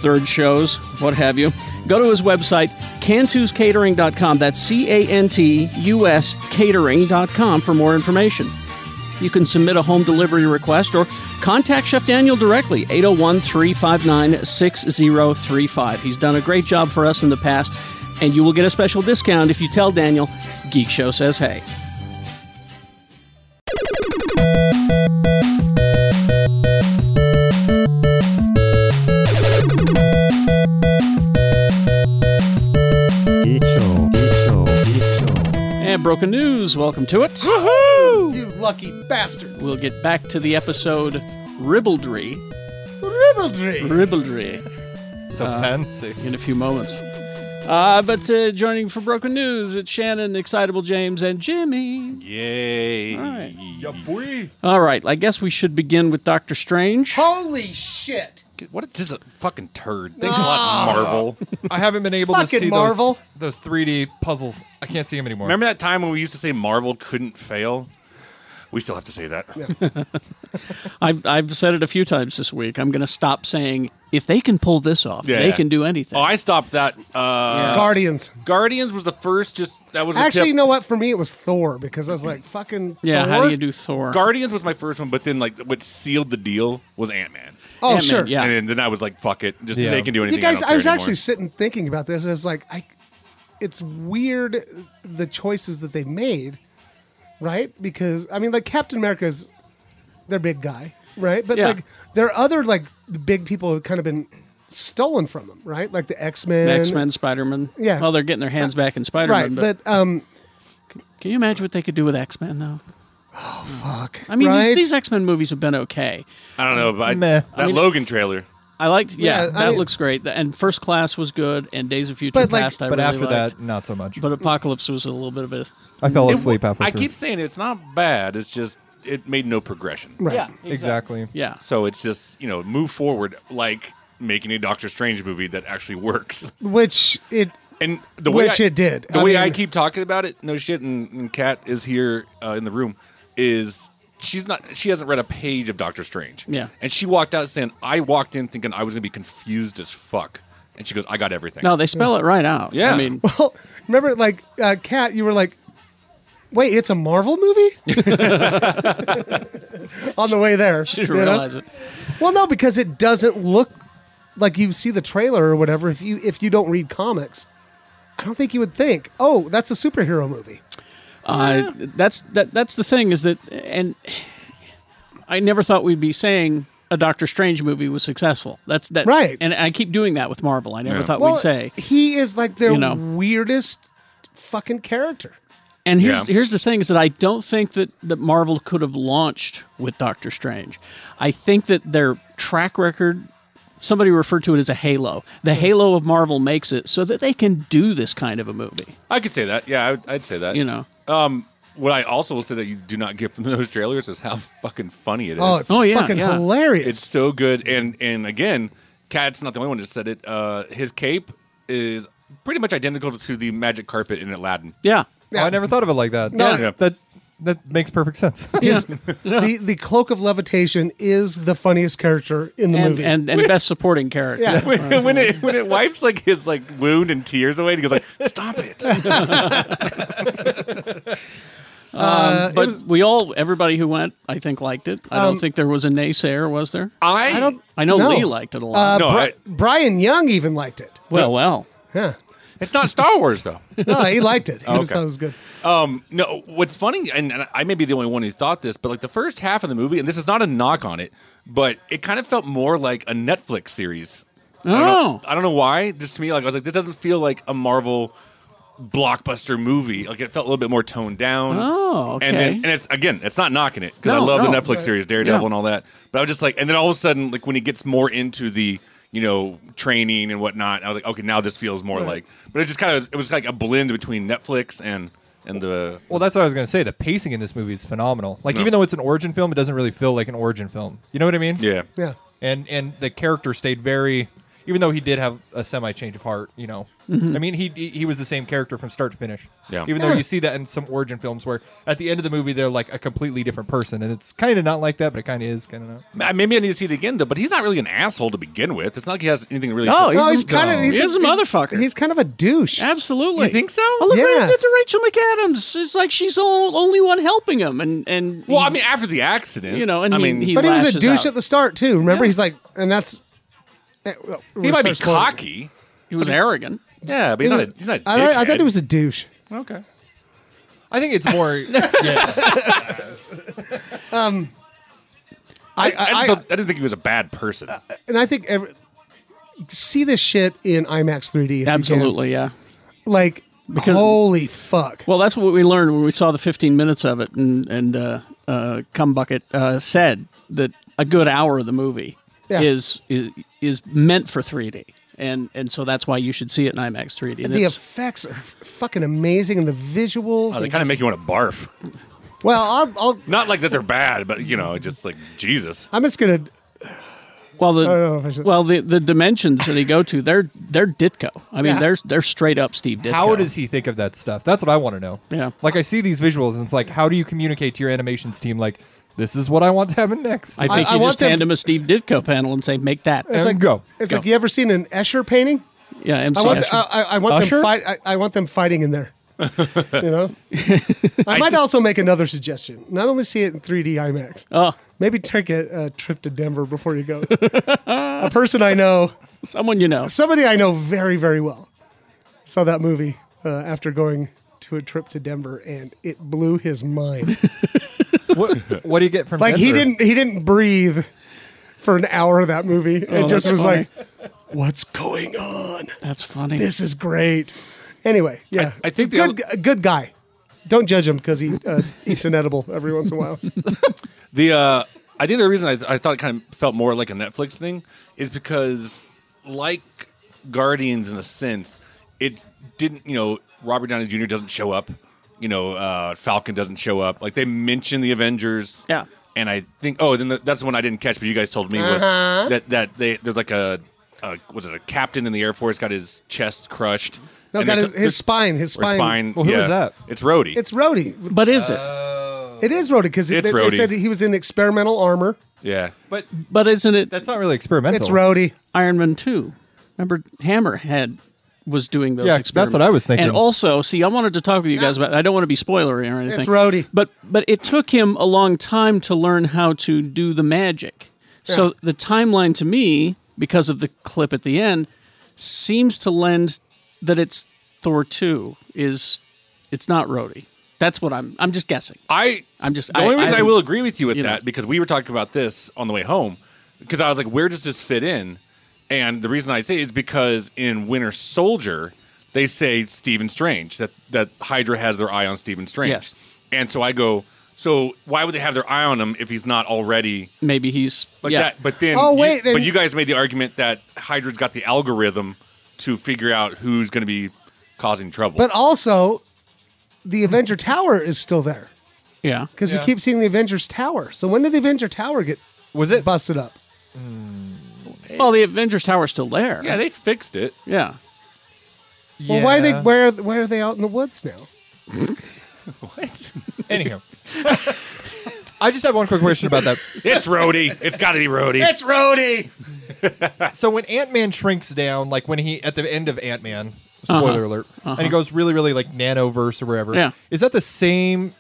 third shows, what have you, go to his website, cantuscatering.com. That's C A N T U S catering.com for more information. You can submit a home delivery request or contact Chef Daniel directly, 801 359 6035. He's done a great job for us in the past, and you will get a special discount if you tell Daniel Geek Show says hey. And broken news, welcome to it. You lucky bastards! We'll get back to the episode Ribaldry. Ribaldry. Ribaldry. So Uh, fancy. in a few moments. Uh, but uh, joining for Broken News, it's Shannon, Excitable James, and Jimmy. Yay! All right. All right, I guess we should begin with Doctor Strange. Holy shit! What a, just a fucking turd. Thanks a lot, Ah. Marvel. I haven't been able to Fucking see Marvel. Those, those 3D puzzles. I can't see them anymore. Remember that time when we used to say Marvel couldn't fail? We still have to say that. I've, I've said it a few times this week. I'm going to stop saying if they can pull this off, Yeah, they yeah. can do anything. Oh, I stopped that. Uh, Guardians. Guardians was the first. Just that was the Actually, tip. you know what? For me, it was Thor because I was like, fucking. yeah, how do you do Thor? Guardians was my first one, but then like what sealed the deal was Ant Man. Oh, Ant-Man, sure. yeah. And then, then I was like, fuck it, just Yeah. they can do You anything. guys, don't I was care actually anymore. sitting thinking about this. I was like, I, it's weird the choices that they made, right? Because I mean, like Captain America's their big guy, right? But Yeah. like there are other like big people who've kind of been stolen from them, right? Like the X Men. X Men, Spider Man. Yeah. Well, they're getting their hands back in Spider Man. Right, but, but, um, can you imagine what they could do with X Men, though? fuck. I mean, right? these, these X Men movies have been okay. I don't know, but I, Meh. that Logan trailer. I liked, yeah, Yeah, I that mean- looks great. The- And First Class was good, and Days of Future But, like- Past. I but really after liked. that, not so much. but Apocalypse was a little bit of a I fell asleep after. I three. keep saying it's not bad. It's just it made no progression. right. yeah, exactly. yeah. So it's just you know move forward like making a Doctor Strange movie that actually works. Which it And the way Which I- it did. The I way mean- I keep talking about it, no shit, and, and Kat is here uh, in the room, is she's not she hasn't read a page of Doctor Strange. Yeah. And she walked out saying, I walked in thinking I was gonna be confused as fuck. And she goes, I got everything. No, they spell it right out. Yeah. I mean, Well, Oh, remember, like, uh, Kat, you were like, wait, it's a Marvel movie? On the way there. she didn't you know? realize it. Well, no, because it doesn't look like you see the trailer or whatever if you if you don't read comics. I don't think you would think, oh, that's a superhero movie. Uh, that's that. That's the thing is that, and I never thought we'd be saying a Doctor Strange movie was successful. That's that, Right. And I keep doing that with Marvel. I never thought well, we'd say. he is like their you know. weirdest fucking character. And here's Yeah. here's the thing is that I don't think that that Marvel could have launched with Doctor Strange. I think that their track record. Somebody referred to it as a halo. The Hmm. halo of Marvel makes it so that they can do this kind of a movie. I could say that. Yeah, I would, I'd say that. You know. Um what I also will say that you do not get from those trailers is how fucking funny it is. Oh, it's Oh, yeah, fucking yeah. hilarious. It's so good. And and again, Cat's not the only one that said it. Uh, his cape is pretty much identical to the magic carpet in Aladdin. Yeah. Oh, I never thought of it like that. No. Yeah. That that makes perfect sense. His- the, the cloak of levitation is the funniest character in the And, movie. and and best supporting character. yeah. when, when it when it wipes like his like wound and tears away, he goes like, "Stop it!" Uh, But it was- we all, everybody who went, I think liked it. I don't think there was a naysayer, was there? Um, I, don't. I know no. Lee liked it a uh, lot. no, Bri- I- Brian Young even liked it. well, well, Yeah. It's not Star Wars though. No, he liked it. He just Okay. thought it was good. Um, no, what's funny, and, and I may be the only one who thought this, but like the first half of the movie, and this is not a knock on it, but it kind of felt more like a Netflix series. I don't know, Oh. I don't know why. Just to me, like I was like, this doesn't feel like a Marvel blockbuster movie. Like it felt a little bit more toned down. Oh, And then, okay. and it's again, it's not knocking it because I No, love no. the Netflix series Daredevil Yeah. and all that. But I was just like, and then all of a sudden, like when he gets more into the you know training and whatnot, I was like, okay, now this feels more like. But it just kind of it was like a blend between Netflix and and the Well, that's what I was gonna say. The pacing in this movie is phenomenal. Like, even though it's an origin film, it doesn't really feel like an origin film. You know what I mean? yeah. Yeah. And and the character stayed very, even though he did have a semi change of heart. You know, Mm-hmm. I mean, he he he was the same character from start to finish. Yeah. Even though you see that in some origin films, where at the end of the movie they're like a completely different person, and it's kind of not like that, but it kind of is, kind of not. I- Maybe I need to see it again though. But he's not really an asshole to begin with. It's not like he has anything really. Oh, No, he's he's a- kind of no. he's, He's a motherfucker. He's kind of a douche. absolutely. You think so? Oh, look what Yeah. he did to Rachel McAdams. It's like she's the only one helping him. And, and well, I mean, after the accident, You know, and I he- mean, he- but he was a lashes douche out. at the start too. Remember, Yeah. he's like, and that's eh, well, he might be we're spoiling. cocky. he was arrogant. Yeah, but he's not. A, he's not. A I, I thought dickhead. he was a douche. okay. I think it's more. yeah. I, I, I, I, Uh, just I, don't- I didn't think he was a bad person. and I think every, see this shit in IMAX 3D. if you can. Absolutely, yeah. Like, holy fuck. Well, that's what we learned when we saw the 15 minutes of it, and and uh, uh, Cumbucket uh, said that a good hour of the movie Yeah. is, is is meant for 3D, and and so that's why you should see it in IMAX 3D. And the it's- effects are fucking amazing, and the visuals. Oh, they and kind of just- make you want to barf. well, I'll, I'll, Not like that they're bad, but you know, just like Jesus. I'm just gonna. Well, the I don't know if I should- well the, the dimensions that he go to, they're they're Ditko. I mean, Yeah. they're they're straight up Steve Ditko. How does he think of that stuff? That's what I want to know. Yeah. Like I see these visuals, and it's like, how do you communicate to your animations team? Like, this is what I want to happen next. I think I you want just hand them- him a Steve Ditko panel and say, "Make that." and like- go. It's Go. like you ever seen an Escher painting? Yeah, MC I want, uh, Escher. the, I, I- I want Usher? them fight. I, I want them fighting in there. you know, I might also make another suggestion. Not only see it in 3D IMAX, oh, maybe take a, a trip to Denver before you go. a person I know, someone you know. somebody I know very very well, saw that movie uh, after going to a trip to Denver, and it blew his mind. what, what do you get from Like he Denver? didn't he didn't breathe for an hour of that movie. it just Oh, that's was funny. like, what's going on? That's funny. this is great. Anyway, yeah, I think the good, a good guy. Don't judge him because he uh, eats an edible every once in a while. The uh, I think the reason I, I thought it kind of felt more like a Netflix thing is because, like Guardians, in a sense, it didn't. You know, Robert Downey Jr. doesn't show up. You know, uh, Falcon doesn't show up. Like they mention the Avengers. Yeah. And I think oh, then the, that's the one I didn't catch, but you guys told me was that that they there's like a, a was it a captain in the Air Force got his chest crushed. No, And got they're his, t- his they're- spine. His or spine. spine. Well, who yeah. was that? It's Rhodey. It's Rhodey. but is it? Uh, It is Rhodey because they, It's they Rhodey. said he was in experimental armor. yeah. But but isn't it that's not really experimental. It's Rhodey. Iron Man two? Remember, Hammerhead was doing those Yeah, that's experiments. what I was thinking. And also, see, I wanted to talk with you guys about. I don't want to be spoilery or anything. Rhodey. But but it took him a long time to learn how to do the magic. So the timeline to me, because of the clip at the end, seems to lend that it's Thor two is it's not Rhodey. That's what I'm. I'm just guessing. I I'm just- the I- only I reason I, haven't- will agree with you with you know. that because we were talking about this on the way home because I was like, where does this fit in? And the reason I say is because in Winter Soldier they say Stephen Strange that that Hydra has their eye on Stephen Strange. Yes. And so I go, so why would they have their eye on him if he's not already Maybe he's like yeah. that? But then, Oh, you- wait, but and- you guys made the argument that Hydra's got the algorithm to figure out who's going to be causing trouble. But also, the Avenger Tower is still there yeah. because Yeah. we keep seeing the Avengers Tower. So when did the Avenger Tower get was it? busted up? Well, the Avengers Tower's still there. yeah, they fixed it. Yeah. Well, why are they Yeah. where where are they out in the woods now? Anyhow, I just have one quick question about that. It's Rhodey. It's got to be Rhodey. It's Rhodey. So when Ant Man shrinks down, like when he at the end of Ant Man, spoiler alert, and he goes really, really like nanoverse or wherever. Uh-huh. Yeah. Is that the same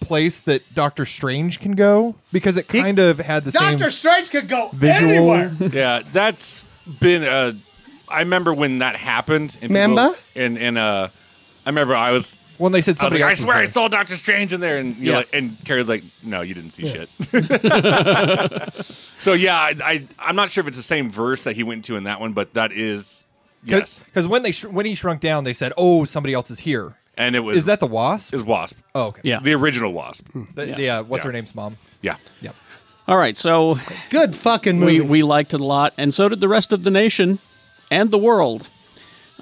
place that Doctor Strange can go? Because it kind of had the Doctor same Strange could go anywhere. visuals. Yeah, that's been. Uh, I remember when that happened. And people- Remember? and and uh, I remember I was. when they said I was something like, I else was swear I there. saw Doctor Strange in there, and you're Yeah. like, and Carrie's like, no, you didn't see shit. so yeah, I, I I'm not sure if it's the same verse that he went to in that one, but that is yes, Because when they sh- when he shrunk down, they said, "Oh, somebody else is here." and it was Is that the Wasp? is Wasp, oh, okay. Yeah. the original Wasp. The, the, uh, what's Yeah. her name's mom? Yeah, Yep. All right. So Good fucking movie. we, we liked it a lot, and so did the rest of the nation and the world.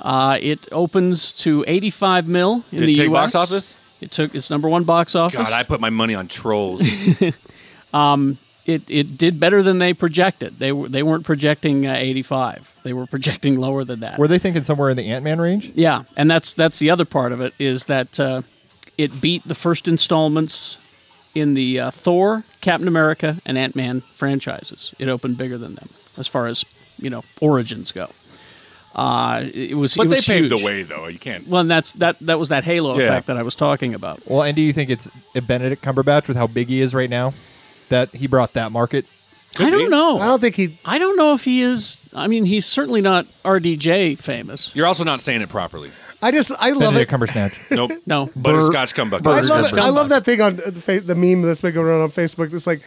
Uh, it opens to 85 mil in Did it the take U.S. box office? It took its number one box office. God, I put my money on trolls. it, it did better than they projected. They were they weren't projecting uh, 85. They were projecting lower than that. Were they thinking somewhere in the Ant Man range? Yeah, and that's that's the other part of it is that uh, it beat the first installments in the uh, Thor, Captain America, and Ant Man franchises. It opened bigger than them as far as you know origins go. Uh, it it was, but it they was paved the huge. way, though. You can't. Well, and that's that that was that halo Yeah. effect that I was talking about. Well, and do you think it's Benedict Cumberbatch with how big he is right now that he brought that market? I don't be. know. I don't think he I don't know if he is. I mean, he's certainly not RDJ famous. You're also not saying it properly. I just I love Benedict it. Cumberbatch. Nope. No. Butterscotch cumbucket. I love it. Cumberbatch. I love that thing on uh, the, fa- the meme that's been going around on Facebook. That's like,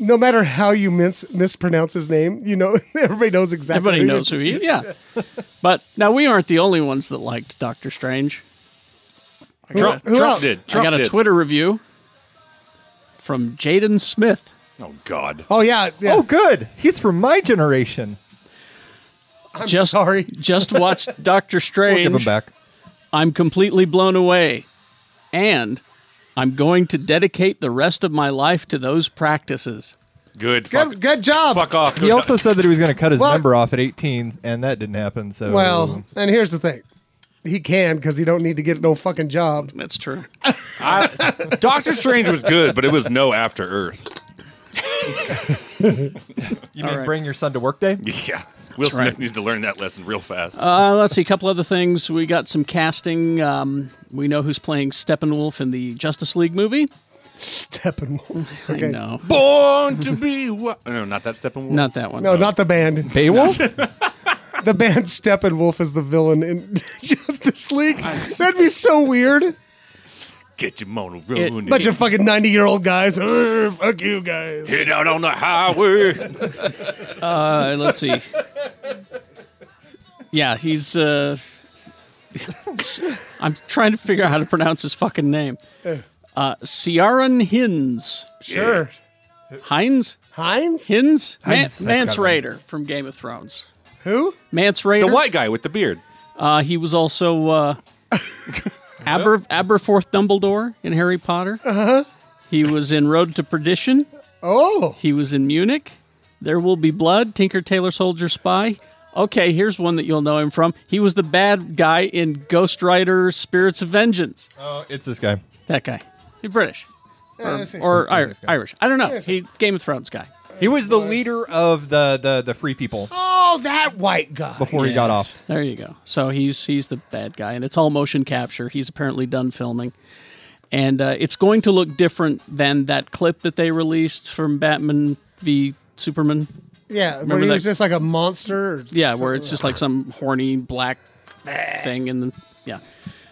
no matter how you mince, mispronounce his name, you know everybody knows exactly. Everybody who knows who he is. Yeah. But now we aren't the only ones that liked Doctor Strange. Trump, Who Trump else? did. Trump I got a did. Twitter review from Jaden Smith. Oh God. Oh yeah, yeah. Oh, good. He's from my generation. I'm just- sorry. Just watched Doctor We'll give him Strange. back. I'm completely blown away. And I'm going to dedicate the rest of my life to those practices. Good. Fuck, Good, good job. fuck off. He Go also said that he was going to cut his Well- member off at 18, and that didn't happen. So Well, and here's the thing. He can because he don't need to get no fucking job. That's true. Doctor Strange was good, but it was no After Earth. you mean bring your son to work day? Yeah. Will Smith right. needs to learn that lesson real fast. Uh, let's see, a couple other things. We got some casting. Um, we know who's playing Steppenwolf in the Justice League movie. Steppenwolf. I Okay. know. Born to be what? No, not that Steppenwolf. Not that one. No, not the band. Beowulf? The band Steppenwolf is the villain in Justice League. That'd be so weird. Get your mono ruined. Bunch of fucking 90 year old guys. "Arr, Fuck you guys. Get out on the highway. Uh, let's see. Yeah, he's. Uh, I'm trying to figure out how to pronounce his fucking name. Uh, Ciaran Hins. Sure. Hines? Heinz? Hins? Man- Hines, that's Mance gotta be- Raider from Game of Thrones. Who? Mance Raider. the white guy with the beard. Uh, he was also uh, Aber, Aberforth Dumbledore in Harry Potter. Uh-huh. He was in Road to Perdition. Oh. He was in Munich. There Will Be Blood, Tinker Tailor Soldier Spy. Okay, here's one that you'll know him from. He was the bad guy in Ghost Rider Spirits of Vengeance. Oh, it's this guy. That guy. He's British. Uh, let's see. Or Ir- this guy? Irish. I don't know. He Game of Thrones guy. He was the leader of the the, the free people oh, that white guy. before he got Yes. off. There you go. So he's he's the bad guy, and it's all motion capture. He's apparently done filming, and uh, it's going to look different than that clip that they released from Batman v Superman. Yeah, Remember where he that- was just like a monster. or Yeah, something. where it's just like some horny black thing, and then, yeah,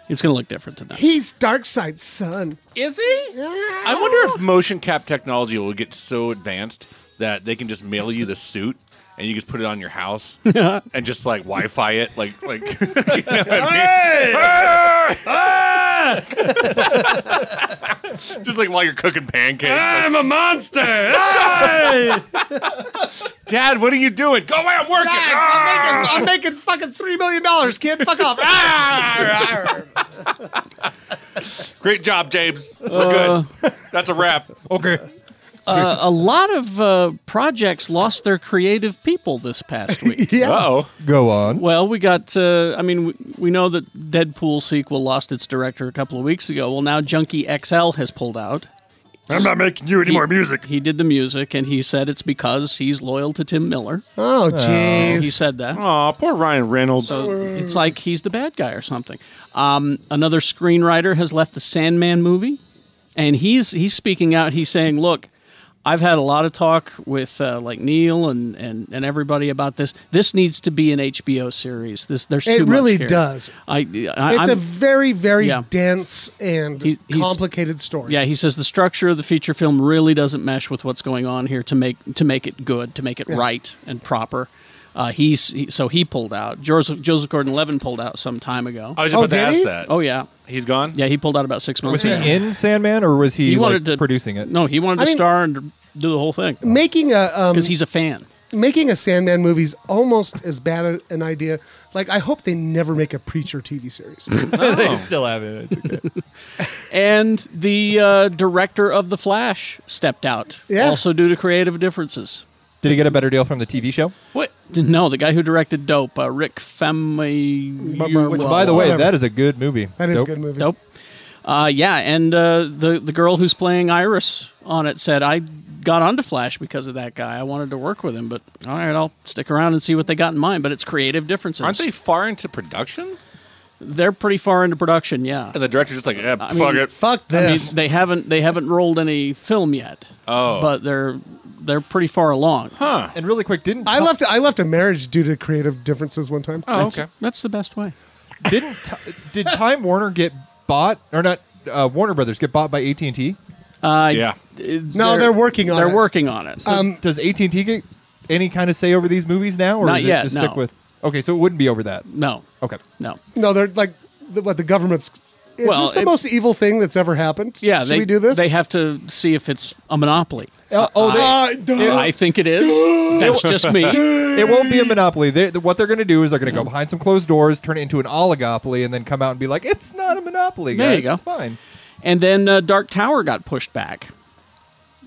it's going to look different to that. He's Darkseid's son. Is he? I wonder if motion cap technology will get so advanced that they can just mail you the suit and you just put it on your house and just like Wi-Fi it, like like. you know what I mean? Ah! just like while you're cooking pancakes. I'm a monster. Dad, what are you doing? Go away! I'm working. Ah, I'm, making, I'm making fucking $3 million, kid. Fuck off. Ah! Ah! Great job, James. We're good. That's a wrap. Okay. Uh, a lot of uh, projects lost their creative people this past week. yeah. Oh, Go on. Well, we got. Uh, I mean, we, we know that Deadpool sequel lost its director a couple of weeks ago. Well, now Junkie XL has pulled out. I'm not making you any more music. He did the music, and he said it's because he's loyal to Tim Miller. Oh, jeez. He said that. Aw, poor Ryan Reynolds. So it's like he's the bad guy or something. Um, another screenwriter has left the Sandman movie, and he's he's speaking out. He's saying, "Look, I've had a lot of talk with uh, like Neil and, and and everybody about this. This needs to be an HBO series. This there's It too much really here." does. I, I It's I'm- a very, very Yeah. dense and He- he's- complicated story. Yeah, he says the structure of the feature film really doesn't mesh with what's going on here to make to make it good, to make it right and proper. Uh, he's he, so he pulled out. Joseph, Joseph Gordon-Levitt pulled out some time ago. I was just Oh, about to did ask he? that. oh yeah, He's gone? yeah, he pulled out about six months. Was he ago. in Sandman or was he, He like, wanted to producing it? No, he wanted to I mean- star and do the whole thing Making a um, because he's a fan. making a Sandman movie's almost as bad a, an idea. Like I hope they never make a Preacher TV series. they still haven't. It's okay. And the uh, director of the Flash stepped out, Yeah. also due to creative differences. Did he get a better deal from the TV show? What? No, the guy who directed Dope, uh, Rick Famuyiwa. Which, by the way, whatever. that is a good movie. That is Nope. a good movie. Nope. Uh, yeah, and uh, the the girl who's playing Iris on it said I got onto Flash because of that guy. I wanted to work with him, but all right, I'll stick around and see what they got in mind. But it's creative differences. Aren't they far into production? They're pretty far into production. Yeah. And the director's just like, eh, I fuck mean- it. Fuck I mean, this. they haven't they haven't rolled any film yet. Oh. But they're they're pretty far along. Huh. And really quick, didn't I left I left a marriage due to creative differences one time. Oh, That's, okay. That's the best way. didn't Ti- did Time Warner get bought or not? Uh, Warner Brothers get bought by AT and T. Uh, Yeah. no, they're, working on They're it. Um, working on it. Does AT and T get any kind of say over these movies now, or Not is yet, it just no. stick with? Okay, so it wouldn't be over that. no. Okay, No. No, they're like the, what the government's. Is Well, this the it- most evil thing that's ever happened? Yeah, Should they we do this? They have to see if it's a monopoly. Uh, oh, they, Uh, duh. I think it is. That's just me. it won't be a monopoly. They, what they're going to do is they're going to go Mm. behind some closed doors, turn it into an oligopoly, and then come out and be like, "It's not a monopoly." There guys. you go. It's fine. And then uh, Dark Tower got pushed back.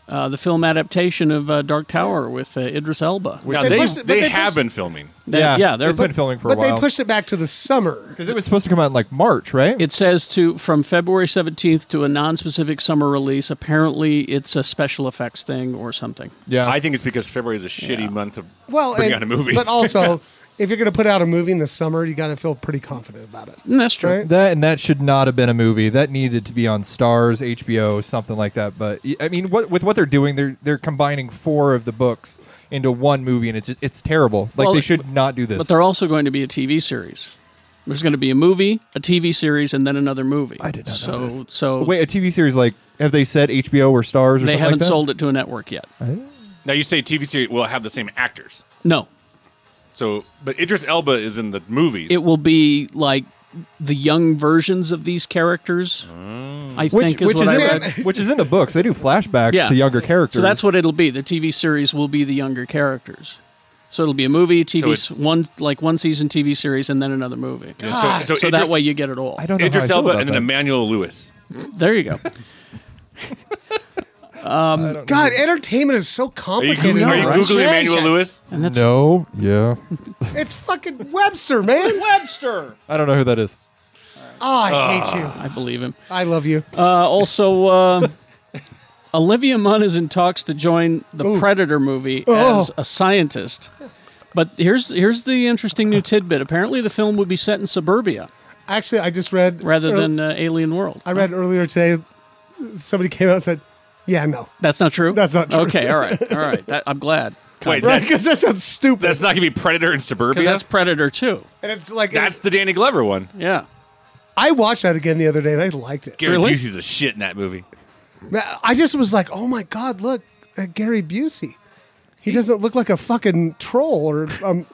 uh, the film adaptation of uh, Dark Tower with uh, Idris Elba. Yeah, they they, pushed it- but they, they have pushed- been filming. That- yeah, they're- it's been filming for a But while. they pushed it back to the summer. because it was supposed to come out in like March, right? It says to from February 17th to a non-specific summer release. Apparently, it's a special effects thing or something. yeah, I think it's because February is a shitty month to Well, bring and- out a movie. But also, if you're going to put out a movie in the summer, you got to feel pretty confident about it. And that's true. Right. that and that should not have been a movie. That needed to be on Stars, HBO, something like that. But y- I mean, what with what they're doing, they're they're combining four of the books into one movie, and it's just, it's terrible. Like Well, they should not do this. But they're also going to be a TV series. There's going to be a movie, a TV series, and then another movie. I did not know so, this. So Wait, a TV series like have they said HBO or Stars? Or they something haven't like that? sold it to a network yet. now you say TV series will have the same actors. No, So, but Idris Elba is in the movies. it will be like the young versions of these characters. I think Which, is which what is I in read. the, which is in the books. They do flashbacks Yeah. to younger characters. So that's what it'll be. The TV series will be the younger characters. So it'll be a movie, TV it's- one like one season TV series, and then another movie. so, so, So Idris, that way you get it all. I don't know. how I Idris feel Elba about and then that. Emmanuel Lewis. There you go. God, entertainment is so Are you, complicated. Googling, are you nowadays. Googling Emmanuel Jesus. Lewis? And that's No, yeah. It's fucking Webster, man. Webster. I don't know who that is. Oh, I Ah. hate you. I believe him. I love you. Uh, also, uh, Olivia Munn is in talks to join the Predator movie Oh. as a scientist. But here's here's the interesting new tidbit. Apparently, the film would be set in suburbia Actually, I just read rather ear- than uh, Alien World. I read earlier today. Somebody came out and said, "Yeah, no, That's not true. That's not true. Okay, all right, all right. That, I'm glad. Wait, right?" that, Because that sounds stupid. that's not going to be Predator and Suburbia. because that's That's, Predator too. and it's like the Danny Glover one. Yeah. I watched that again the other day and I liked it. Gary Really? Busey's a shit in that movie. Man, I just was like, "Oh my god, look at Gary Busey. He doesn't look like a fucking troll or um,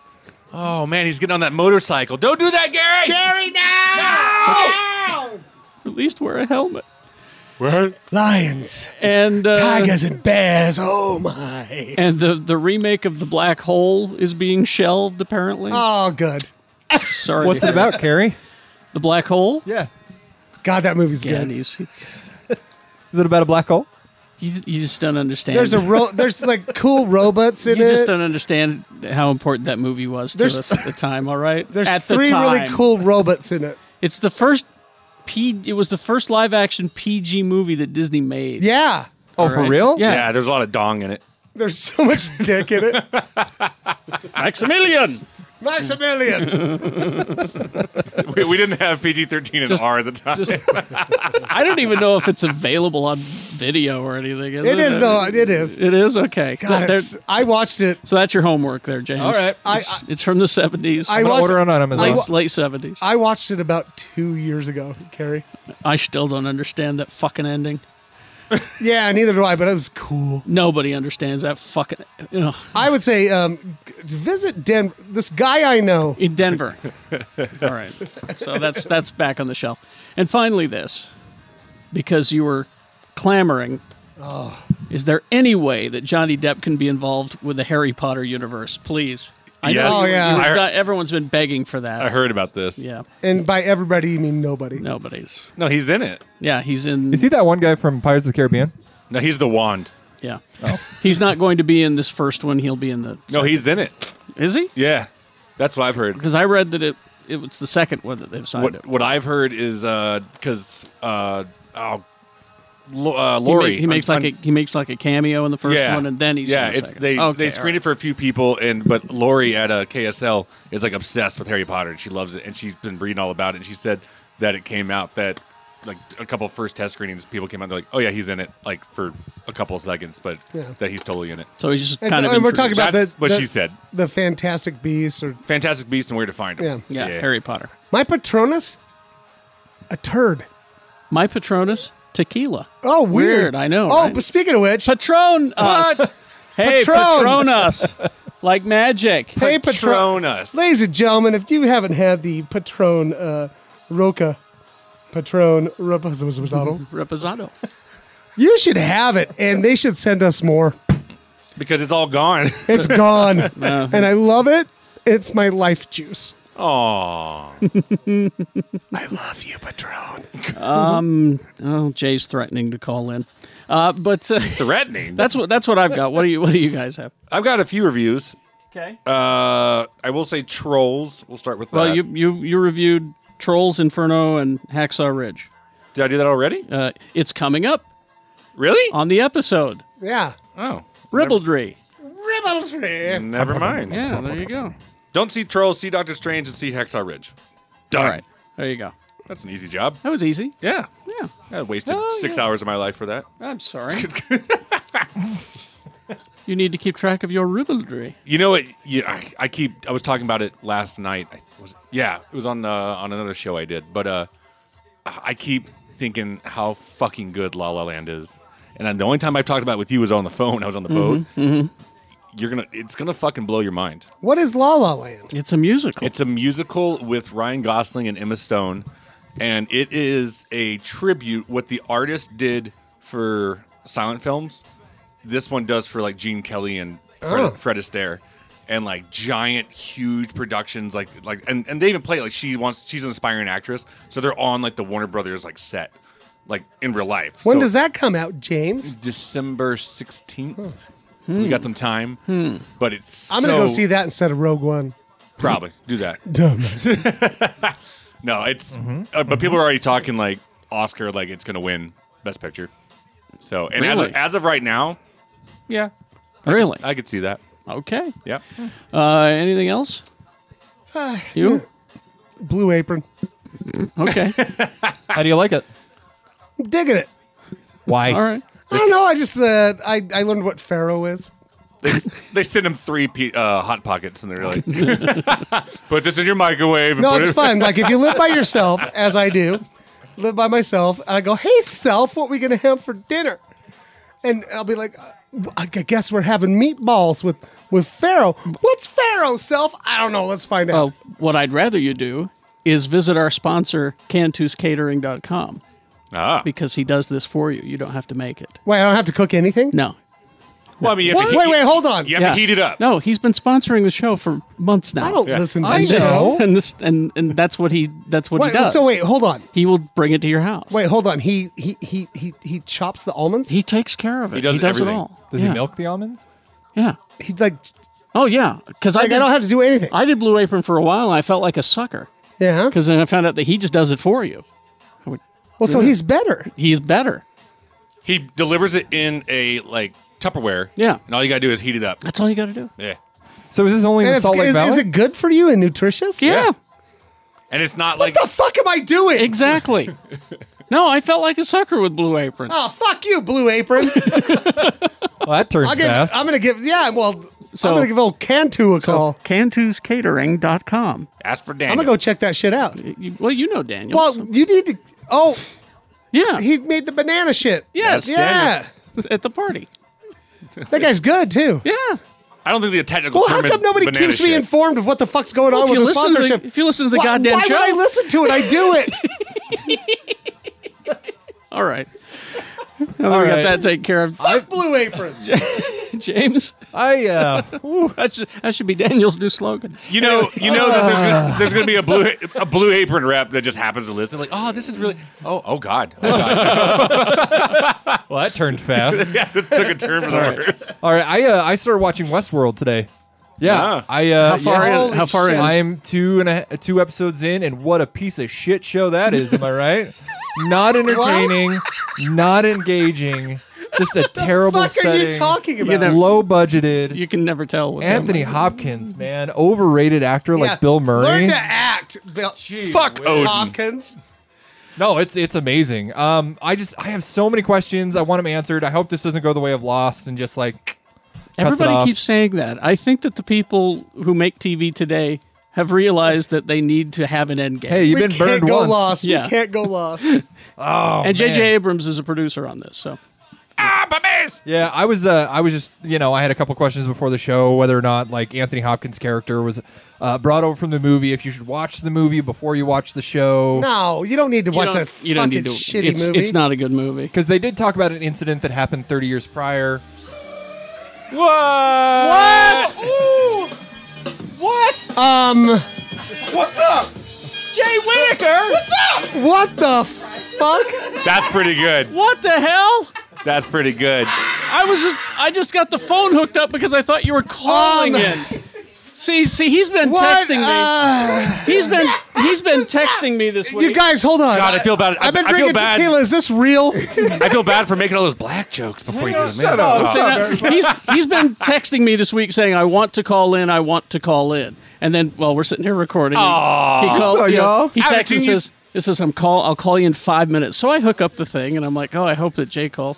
Oh man, he's getting on that motorcycle. Don't do that, Gary. Gary, now. At least wear a helmet. lions, And uh, tigers, and bears. Oh my! And the the remake of the Black Hole is being shelved apparently. Oh, good. Sorry. What's to it hear. about, Carrie? The Black Hole. Yeah. God, that movie's Yeah, good. he's, he's- Is it about a black hole? you, you just don't understand. There's a ro- there's like cool robots you in it. just don't understand how important that movie was to There's- us at the time. All right, There's at three the time. really cool robots in it. It's the first P. It was the first live action PG movie that Disney made. Yeah, Oh, right. for real? Yeah. Yeah, there's a lot of dong in it. there's so much dick in it. Maximilian. Maximilian. We, we didn't have PG-13 and Just- R at the time. Just, I don't even know if it's available on video or anything. Is it is no, it is. It is okay. God, There- it's- I watched it. so that's your homework there, James. All right. I, It's, I it's from the seventies, I I'm gonna watched order it- on Amazon. late late seventies. I watched it about two years ago, Carrie. I still don't understand that fucking ending. Yeah, neither do I, but it was cool. Nobody understands that fucking. You know, I would say um, g- visit Denver. This guy I know. in Denver. All right. So that's that's back on the shelf. And finally, this, because you were clamoring, is there any way that Johnny Depp can be involved with the Harry Potter universe? Please. I Yes. know Oh, you- yeah. you were I heard- di- everyone's been begging for I that. heard about this. Yeah, And by everybody, you mean nobody. nobody's. No, he's in it. Yeah, he's in. Is he that one guy from Pirates of the Caribbean? No, he's the wand. yeah, he's not going to be in this first one. He'll be in the. No, he's in it. Is he? Yeah, that's what I've heard. Because I read that it it was the second one that they've signed it. What what I've heard is because uh, oh, Lo- uh, He ma- Lori He, makes on- like a he makes like a cameo in the first yeah, one, and then he's yeah. In the it's second. they Okay, they all screened right. it for a few people, and but Lori at uh, KSL is like obsessed with Harry Potter, and she loves it, and she's been reading all about it. And she said that it came out that like a couple first test screenings, people came out they're like, oh yeah, he's in it, like for a couple seconds, but Yeah. that he's totally in it. So he's just And, kind so- of. and we're introduced. talking about That's the, what the- she said. The Fantastic Beasts or Fantastic Beasts and Where to Find Him. Yeah. yeah, Harry Potter. my Patronus, a turd. My Patronus tequila. Oh, weird. Weird, I know, Oh, right? but speaking of which, Patron us. Hey, Patron. Patron us. like magic. hey, Patron, Patronus. ladies and gentlemen, if you haven't had the Patron uh, Roca, Patron Rapunzel, Reposado. you should have it, and they should send us more. Because it's all gone. It's gone, Uh-huh. and I love it. It's my life juice. Aww. I love you, Patron. Oh, Jay's threatening to call in. Uh, but uh, Threatening. that's what that's what I've got. What do you What do you guys have? I've got a few reviews. Okay. Uh, I will say trolls. We'll start with Well, that. you you you reviewed Trolls Inferno and Hacksaw Ridge. Did I do that already? Uh, it's coming up Really? on the episode. Yeah. Oh, Ribaldry. Ribaldry. never mind. Yeah, there you go. Don't see trolls. See Doctor Strange and see Hexar Ridge. Done. All right, there you go. That's an easy job. That was easy. Yeah. Oh, Yeah, I wasted six hours of my life for that. I'm sorry. you need to keep track of your ribaldry. You know what? You, I, I keep. I was talking about it last night. I, was it- yeah, it was on the on another show I did. But uh, I keep thinking how fucking good La La Land is, and the only time I've talked about it with you was on the phone. I was on the boat. You're gonna. It's gonna fucking blow your mind. What is La La Land? It's a musical. It's a musical with Ryan Gosling and Emma Stone, and it is a tribute what the artist did for silent films. This one does for like Gene Kelly and Fred, Oh. Fred Astaire, and like giant, huge productions. Like like and, and they even play it, like she wants. She's an aspiring actress, so they're on like the Warner Brothers like set, like in real life. When So- does that come out, James? December sixteenth? So we got some time, but it's. Hmm. I'm gonna go so- see that instead of Rogue One. Probably do that. No, it's Mm-hmm. uh, but people are already talking like Oscar, like it's gonna win Best Picture. So and as, Really? of, as of right now, yeah, really? I could see that. okay. Yeah, Hmm. Uh, anything else? you? Blue Apron. Okay. How do you like it? I'm digging it. Why? All right. I don't know. I just uh, I I learned what Pharaoh is. they s- they send them three pe- uh, hot pockets, and they're like, "Put this in your microwave." And No, put it's it- fun. Like if you live by yourself, as I do, live by myself, and I go, "Hey, self, what we gonna have for dinner?" And I'll be like, "Uh, "I guess we're having meatballs with with Pharaoh." What's Pharaoh, self? I don't know. Let's find out. Well, what I'd rather you do is visit our sponsor, cantuscatering.com, Ah, because he does this for you. You don't have to make it. Wait, I don't have to cook anything. No. well, I mean, you have to Wait, heat- wait, hold on. You have to heat it up. No, he's been sponsoring the show for months now. I don't listen to I the know. show. and this and, and that's what he that's what Wait, he does. so wait, hold on. he will bring it to your house. Wait, hold on. He he he he, he chops the almonds. He, He takes care of it. He does does, it everything. all. Does Yeah. he milk the almonds? Yeah. like Oh yeah. Because I like I did, don't have to do anything. I did Blue Apron for a while. and I felt like a sucker yeah. because then I found out that he just does it for you. Well, so he's better. He's better. He delivers it in a like Tupperware. Yeah. and all you gotta do is heat it up. That's all you got to do. Yeah, So is this only in And the it's, Salt Lake is, Valley? is it good for you and nutritious? Yeah. and it's not like What the fuck am I doing? Exactly. no, I felt like a sucker with Blue Apron. Oh, fuck you, Blue Apron. well, that turned I'll give, fast. I'm going to give, yeah, well, So- I'm going to give old Cantu a call. Cantuscatering.com. ask for I'm Daniel. going to go check that shit out. You, well, you know Daniel. Well, so- you need to, oh, yeah. he made the banana shit. Yes. Yeah. at the party. That guy's good, too. Yeah. I don't think the technical. Well, how term is come nobody banana keeps me shit. informed of what the fuck's going Well, on if, you with the listen to sponsorship? the, if you listen to the Why- goddamn why show, would I listen to it? I do it. all right. Now that we got that taken care of. Fuck Blue Apron. James, I uh, that should, that should be Daniel's new slogan. You know, you know that there's gonna, there's gonna be a blue a blue apron rep that just happens to listen. Like, oh, this is really. Oh, oh God, oh God. well, that turned fast. yeah, this took a turn for the worse. All right, I uh, I started watching Westworld today. Yeah, Ah. I uh, How far yeah. in? How far in? I am two and a, two episodes in, and what a piece of shit show that is. Am I right? Not entertaining, not engaging, just a terrible fuck are you setting. talking about? You know- low budgeted. You can never tell. With him. Anthony Hopkins, man, overrated actor Yeah. like Bill Murray. Learn to act, Bill. Fuck Odin. Hopkins. No, it's it's amazing. Um, I just I have so many questions. I want them answered. I hope this doesn't go the way of Lost and just like cuts it Everybody off. keeps saying that. I think that the people who make TV today have realized that they need to have an end game. Hey, you've We been can't burned go once. lost. Yeah. We can't go lost. oh, and J.J. man. Abrams is a producer on this, so Yeah, I was uh, I was just you know I had a couple questions before the show whether or not like Anthony Hopkins' character was uh, brought over from the movie. If you should watch the movie before you watch the show. No, you don't need to you watch don't, that you fucking don't need to. shitty it's, movie. it's not a good movie. Because they did talk about an incident that happened 30 years prior. Um, Jay Whitaker. what the fuck? That's pretty good. What the hell? That's pretty good. I was just I just got the phone hooked up because I thought you were calling Um, in. See, see, he's been texting me. Uh, He's been he's been texting me this week. you guys, hold on. God, I feel bad. I- I've been I feel drinking bad. tequila. Is this real? I feel bad for making all those black jokes before you did shut up. See, that's- he's, he's been texting me this week saying, I want to call in, I want to call in. And then, well, we're sitting here recording. and He, called, What's up, you know, y'all? he Haven't texts and seen you says, this is, I'm call, I'll call you in five minutes. So I hook up the thing and I'm like, oh, I hope that Jay called.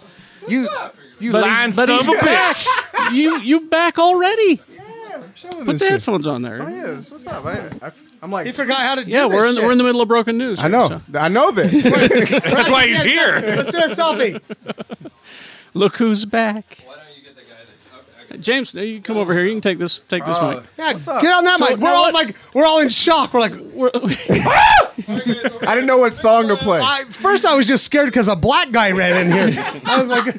You, you But lying he's, but son he's of a back. bitch. you, you back already. Put Put the headphones on there. yeah, Yes, Oh, what's up? I, I, I'm like, He forgot how to do this we're, in, shit. we're in the middle of broken news. I here, know, so. I know this. That's why he's here. Let's do a selfie. Look who's back. James, you come over here. You can take this. Take this mic. Yeah, get on that So, mic. now We're all what- like, we're all in shock. We're like, We're- I didn't know what song to play. I, first I was just scared because a black guy ran in here. I was like,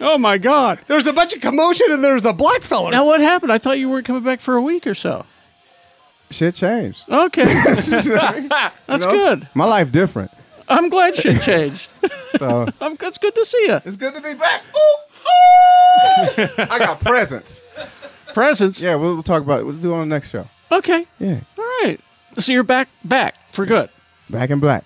oh my God! there was a bunch of commotion and there was a black fella. Now what happened? I thought you weren't coming back for a week or so. Shit changed. Okay, that's know? good. My life different. I'm glad shit changed. So I'm, that's good to see you. it's good to be back. Ooh, ooh. I got presents. Presence. Yeah, we'll, we'll talk about it. We'll do it on the next show. Okay. Yeah, All right. So you're back, back for good. back in black.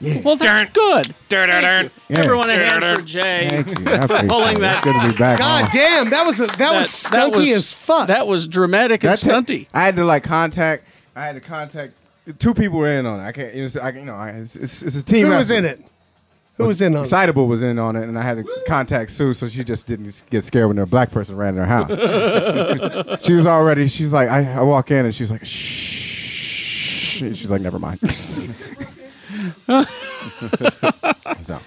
Well, that's good. Durr, durr, durr. Yeah. Everyone a hand for Jay. Thank you. I appreciate Pulling it. that- It's good to be back. God on. damn, that was a, that, was stunty that was- as fuck. That was dramatic and That's it. stunty. I had to like contact. I had to contact. Two people were in on it. I can't. It's, I, you know, I- it's, it's, it's a team. Who was effort. in it? Who was in on it? Excitable was in on it, and I had to contact Sue, so she just didn't get scared when a black person ran in her house. she was already. She's like, I, I walk in, and she's like, shh. And She's like, never mind. so,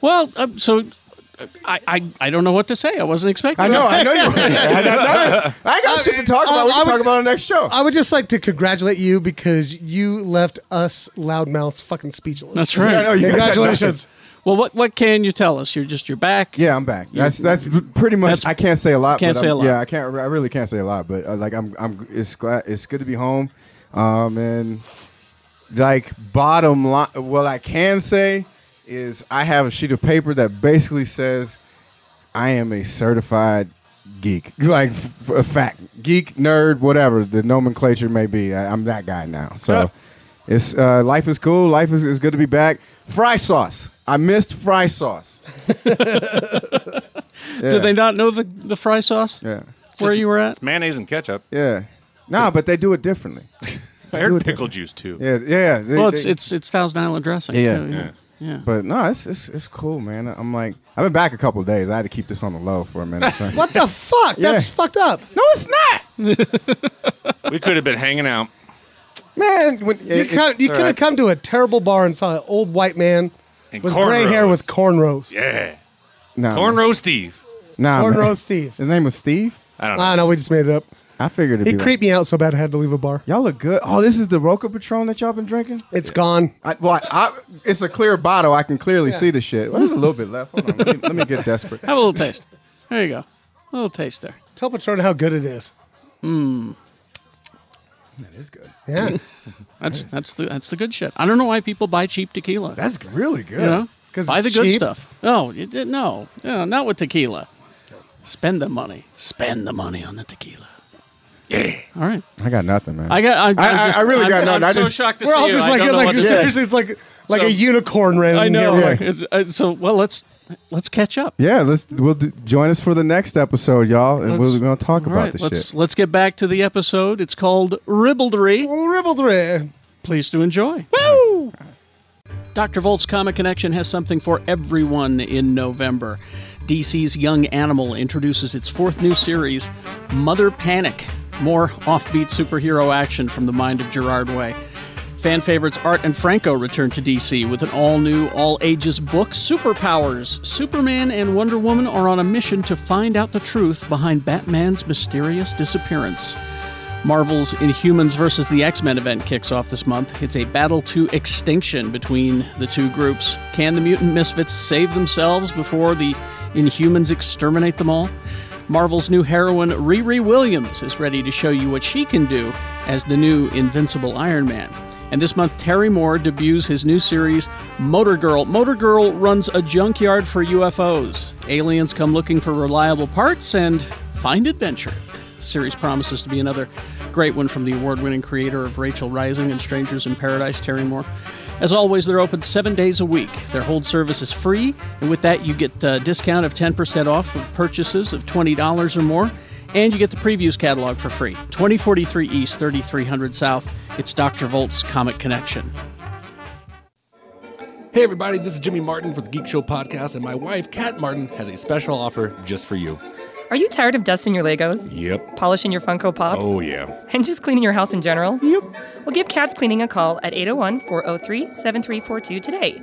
Well, um, so uh, I, I I don't know what to say. I wasn't expecting. I know, that. I know you. Were, I, I- I- I got shit to talk about. We I can was- talk about it on the next show. I would just like to congratulate you because you left us loudmouths fucking speechless. That's right. I know, you guys had Congratulations. Well, what what can you tell us? You're just you're back. Yeah, I'm back. That's that's pretty much. That's- I can't say a lot. can't but say a I'm- lot. Yeah, I can't. I really can't say a lot. But uh, like, I'm. I'm. It's glad. It's good to be home. Um, and like bottom line, what I can say is I have a sheet of paper that basically says I am a certified geek, like f- a fact geek, nerd, whatever the nomenclature may be. I, I'm that guy now. So Yeah. it's uh, life is cool. Life is, is good to be back. Fry sauce. I missed fry sauce. Do they not know the the fry sauce? Yeah. Where you were at? Mayonnaise and ketchup. Yeah. No, but they do it differently. I heard pickle juice too. Yeah, yeah. They, Well, it's they- it's it's Thousand Island dressing. Yeah. too, yeah. yeah. But no, it's, it's it's cool, man. I'm like, I've been back a couple of days. I had to keep this on the low for a minute. So- What the fuck? Yeah. That's fucked up. No, it's not, We could have been hanging out. man. When, You, it- it- could have right. come to a terrible bar and saw an old white man And with gray hair cornrows. with cornrows. Yeah. nah, Eh. Cornrow Steve. Nah, man. Cornrow Steve. His name was Steve. I don't know. I know, we just made it up. I figured it'd He be like- creeped me out so bad I had to leave a bar. Y'all look good. Oh, this is the Roca Patron that y'all been drinking. It's gone. I, well, I, I, it's a clear bottle. I can clearly see the shit. Well, there's a little bit left. Hold on. Let me, let me get desperate. Have a little taste. There you go. A little taste there. Tell Patron how good it is. That is good. Yeah. That's that's the that's the good shit. I don't know why people buy cheap tequila. That's really good. you know, 'Cause buy the it's good cheap. stuff. No, you did no, no, not with tequila. Spend the money. Spend the money on the tequila. Yeah. All right. I got nothing, man. I got. I, I- I- just, I really I'm, got I'm nothing. I so just- shocked to We're see all you. just I like, don't know like what to say. seriously, it's like like So- a unicorn ran I in know. here. We're Like, like, it's- uh, so well, let's let's catch up. Yeah, let's we'll do, join us for the next episode, y'all, and Let's- we're gonna talk All about right, this let's shit. let's get back to the episode. It's called Ribaldry. ribaldry. Please do enjoy. Dr. Volt's Comic Connection has something for everyone in November. DC's Young Animal introduces its fourth new series, Mother Panic. More offbeat superhero action from the mind of Gerard Way. Fan favorites Art and Franco return to DC with an all new, all ages book, Superpowers. Superman and Wonder Woman are on a mission to find out the truth behind Batman's mysterious disappearance. Marvel's Inhumans versus the X Men event kicks off this month. It's a battle to extinction between the two groups. Can the mutant misfits save themselves before the Inhumans exterminate them all? Marvel's new heroine, Riri Williams, is ready to show you what she can do as the new Invincible Iron Man. And this month, Terry Moore debuts his new series, Motor Girl. Motor Girl runs a junkyard for UFOs. Aliens come looking for reliable parts and find adventure. The series promises to be another great one from the award winning creator of Rachel Rising and Strangers in Paradise, Terry Moore. As always, they're open seven days a week. Their hold service is free, and with that, you get a discount of 10% off of purchases of $20 or more, and you get the previews catalog for free. 2043 East, 3300 South. It's Dr. Volt's Comic Connection. Hey, everybody, this is Jimmy Martin for the Geek Show Podcast, and my wife, Kat Martin, has a special offer just for you. Are you tired of dusting your Legos? Yep. Polishing your Funko Pops? Oh, yeah. And just cleaning your house in general? Yep. Well, give Cats Cleaning a call at 801 403 7342 today.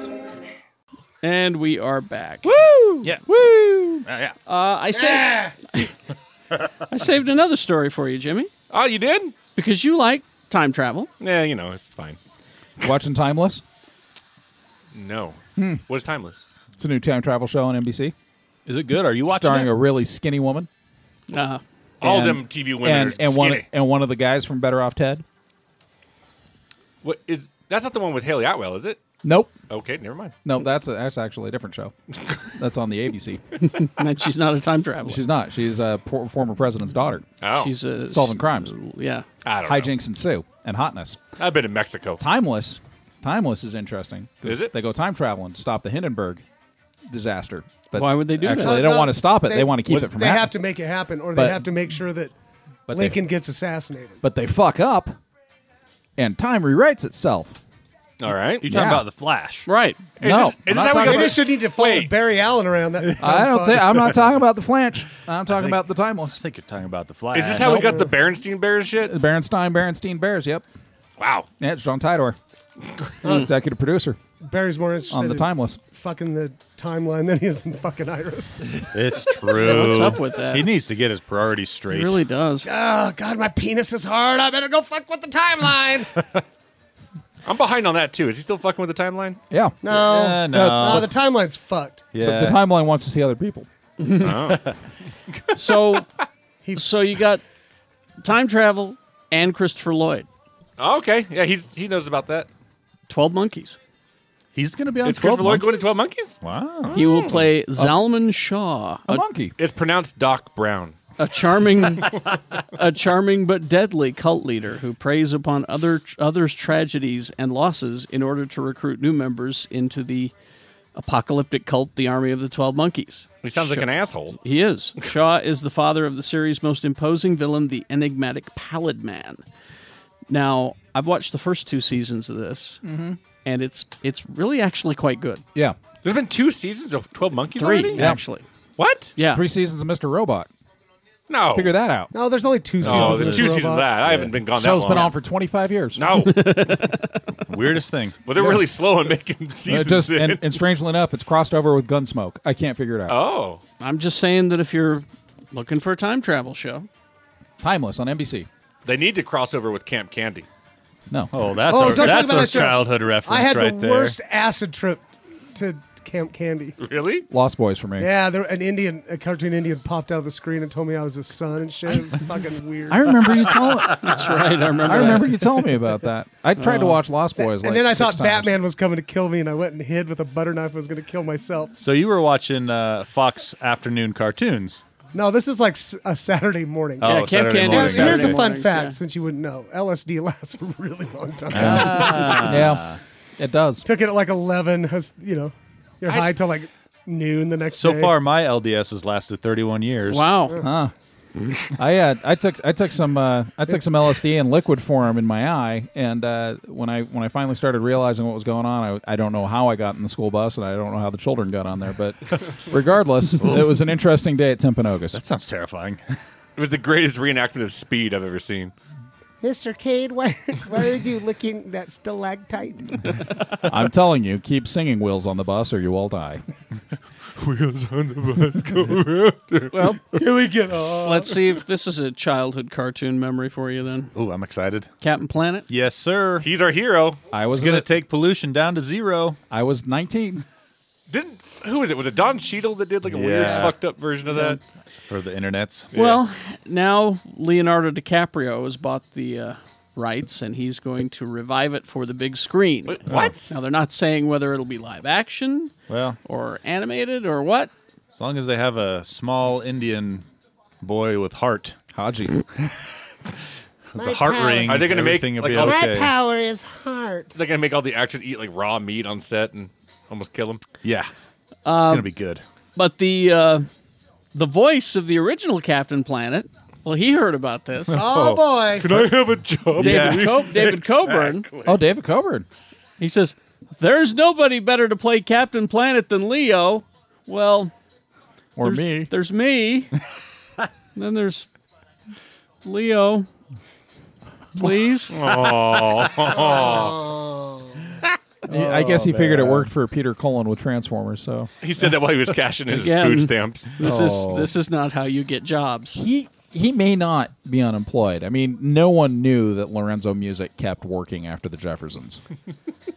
And we are back. Woo! Yeah. Woo! Oh, yeah. Uh, I saved. I saved another story for you, Jimmy. Oh, you did? Because you like time travel. Yeah, you know, it's fine. Watching Timeless. No. Hmm. What is timeless? It's a new time travel show on NBC. Is it good? Are you watching Starring it? a really skinny woman. Uh, All them TV women and, are and one skinny. and one of the guys from Better Off Ted. What is that's not the one with Haley Atwell, is it? Nope, Okay, never mind. no, that's a, that's actually a different show. that's on the ABC. and she's not a time traveler. She's not. She's a por- former president's daughter. Oh, She's a, Solving crimes, Yeah. I don't know. hijinks ensue, and hotness. I've been in Mexico. Timeless, timeless is interesting. 'cause Is it? They go time traveling to stop the Hindenburg disaster. But Why would they do that? actually, They don't want to stop it. They, want to keep it from They happening. have to make it happen, or But- they have to make sure that But they- Lincoln gets assassinated. but they fuck up, and time rewrites itself. All right. You're talking Yeah. about the Flash. Right. no, this- is I'm this not how we talking They got about- just should need to follow Wait. Barry Allen around that. I don't fun. think I'm not talking about the flanch. I'm talking think- about the timeless. I think you're talking about the Flash. Is this how we got the Berenstein Bears shit? The Berenstein Berenstein Bears. Yep. Wow. Yeah, it's John Tidor, executive producer Barry's more interested on the in timeless. fucking the timeline than he is in fucking Iris. It's true. What's up with that? He needs to get his priorities straight. It really does. Oh God, my penis is hard. I better go fuck with the timeline. I'm behind on that too. Is he still fucking with the timeline? Yeah. No, Uh, no. no, the timeline's fucked. But yeah. the timeline wants to see other people. So, so you got time travel and Christopher Lloyd, Oh, okay. Yeah, he's he knows about that. Twelve Monkeys. He's going to be on Is 12 Christopher Lloyd going to Monkeys? 12 Monkeys? Wow. He will play Zalman Shaw, A a, monkey. It's pronounced Doc Brown. a charming, a charming but deadly cult leader who preys upon other others' tragedies and losses in order to recruit new members into the apocalyptic cult, the Army of the Twelve Monkeys. He sounds like an asshole. He is. Shaw is the father of the series' most imposing villain, the enigmatic Pallid Man. Now, I've watched the first two seasons of this, and it's it's really actually quite good. Yeah. There's been two seasons of 12 Monkeys Three, already? actually. What? Yeah. Three seasons of Mr. Robot. No. Figure that out. No, there's only two seasons. Oh, No, of there's this two robot. seasons of that. I haven't been gone Show's that long. been on for 25 years. Uh, No. Weirdest thing. Well, they're really slow in making Uh, seasons. just, in. and, and strangely enough, it's crossed over with Gunsmoke. I can't figure it out. oh. I'm just saying that if you're looking for a time travel show, Timeless on NBC. They need to cross over with Camp Candy. No. Oh, that's Oh, our, don't talk that's about our that show. childhood reference I had right the there. worst acid trip to Camp Candy. Really? Lost Boys for me. Yeah, there, an Indian, a cartoon Indian, popped out of the screen and told me I was his son and shit. It was fucking weird. I remember you telling. I that's right. I remember. remember that. you telling me about that. I tried Uh, to watch Lost Boys. and like then I six thought times. Batman was coming to kill me, and I went and hid with a butter knife. I was going to kill myself. So you were watching uh, Fox afternoon cartoons. No, this is like s- a Saturday morning. Oh, Yeah, Camp Saturday Candy. Now, morning. Yeah, here's Saturday a fun mornings, fact, yeah. since you wouldn't know: LSD lasts a really long time. yeah, it does. Took it at like eleven. Has you know, you're high till like noon the next So day. far, my LDS has lasted 31 years. Wow. Huh. I uh, I took I took some uh, I took some LSD in liquid form in my eye, and uh, when I when I finally started realizing what was going on, I, I don't know how I got in the school bus, and I don't know how the children got on there, but regardless, it was an interesting day at Timpanogos. That sounds terrifying. It was the greatest reenactment of speed I've ever seen. Mr. Cade, why, why are you licking that stalactite? I'm telling you, keep singing "Wheels on the Bus" or you all die. Wheels on the bus go Well, here we get off. Let's see if this is a childhood cartoon memory for you then. Oh, I'm excited. Captain Planet? Yes, sir. He's our hero. I was going to take pollution down to zero. I was 19. Didn't who was it? Was it Don Cheadle that did like a weird Yeah. fucked up version of that? for the internets. Well, now Leonardo DiCaprio has bought the uh, rights and he's going to revive it for the big screen. what? Now, they're not saying whether it'll be live action well, or animated or what. as long as they have a small Indian boy with heart, Haji, the heart ring. Are they going to make everything will like be all the- okay. power is heart. They're going to make all the actors eat like raw meat on set and almost kill them. Yeah, Um, it's going to be good. But the uh, the voice of the original Captain Planet, well, he heard about this. Oh, boy. Can I have a job? David, please? Co- David Coburn. Oh, David Coburn. He says, "There's nobody better to play Captain Planet than Leo." Well, Or there's- me. There's me. then there's Leo. Please. I guess he Oh, figured it man. worked for Peter Cullen with Transformers. So He said that while he was cashing in his Again, food stamps. This Oh. is this is not how you get jobs. He he may not be unemployed. I mean, no one knew that Lorenzo Music kept working after the Jeffersons.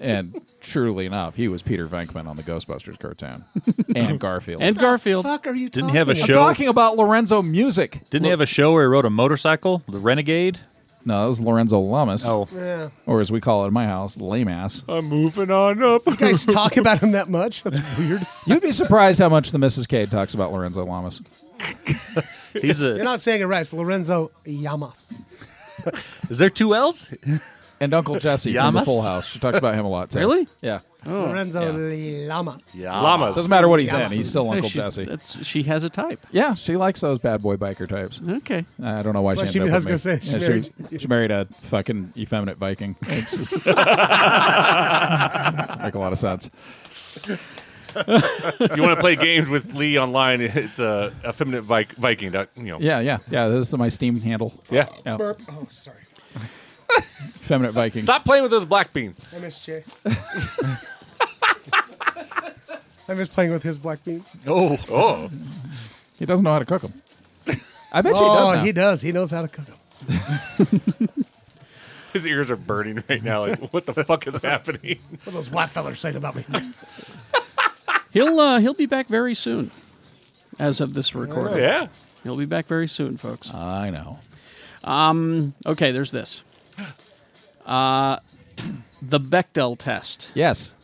and truly enough, he was Peter Venkman on the Ghostbusters cartoon and Garfield. and Garfield. fuck are you Didn't he have a I'm show? talking about Lorenzo Music. Didn't he have a show where he rode a motorcycle? The Renegade. No, that was Lorenzo Lamas. Oh. Yeah. Or as we call it in my house, lame ass. I'm moving on up. You guys talk about him that much? That's weird. You'd be surprised how much the Mrs. Cade talks about Lorenzo Lamas. He's a. You're not saying it right. It's Lorenzo Yamas. Is there two L's? And Uncle Jesse from the Yamas? Full House. She talks about him a lot too. Really? Yeah. Lorenzo Lama. Yeah. Llamas. Doesn't matter what he's in, he's still So Uncle she's- Jesse. That's, she has a type. Yeah, she likes those bad boy biker types. Okay. I don't know why That's she why ended she- I up with was me. gonna say, she Yeah, married- she married a fucking effeminate Viking. It's just- make a lot of sense. if you want to play games with Lee online, it's uh, effeminate vi- Viking. Dot, you know. Yeah, yeah, yeah. This is my Steam handle. Yeah. Burp. Oh, sorry. Effeminate Viking. Stop playing with those black beans. I miss Jay. I miss playing with his black beans. Oh. Oh. He doesn't know how to cook them. I bet you he oh, does. now. he does. He knows how to cook them. His ears are burning right now. Like, what the fuck is happening? What those white fellers saying about me? He'll uh, he'll be back very soon, as of this recording. Yeah. he'll be back very soon, folks. Uh. I know. Um. Okay. There's this. Uh, the Bechdel test. Yes.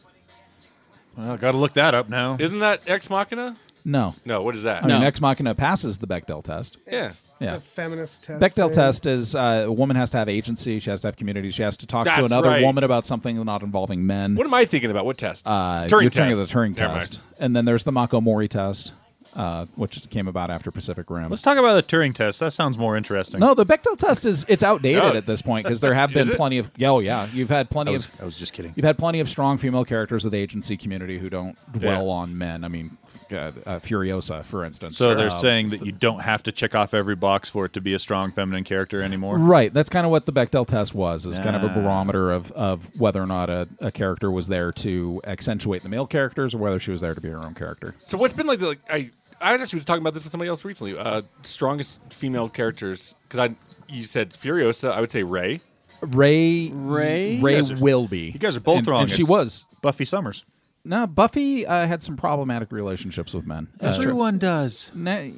Well, got to look that up now. Isn't that Ex Machina? No. No, what is that? I mean, No. Ex Machina passes the Bechdel test. It's Yeah. The feminist test. Bechdel thing. test is uh, a woman has to have agency. She has to have community. She has to talk to That's another right. woman about something not involving men. What am I thinking about? What test? Uh, Turing you're thinking of test. the Turing Never test, and then there's the Mako Mori test, uh, which came about after Pacific Rim. Let's talk about the Turing test. That sounds more interesting. No, the Bechdel test is it's outdated Oh. at this point because there have been Is it? plenty of yeah, oh yeah, you've had plenty I was- of I was just kidding. You've had plenty of strong female characters of the agency community who don't dwell on men. I mean, uh, uh, Furiosa, for instance. So they're Uh, saying that you don't have to check off every box for it to be a strong feminine character anymore. Right, that's kind of what the Bechdel test was. It's kind of a Ah. barometer of, of whether or not a, a character was there to accentuate the male characters or whether she was there to be her own character. So what's been like? The, like I I was actually was talking about this with somebody else recently. Uh, strongest female characters because I you said Furiosa. I would say Ray. Ray Ray Ray You guys are- will be. You guys are both and, wrong. And she It's was. Buffy Summers. No, Buffy uh, had some problematic relationships with men. That's Uh, true. Everyone does. Na- Eh,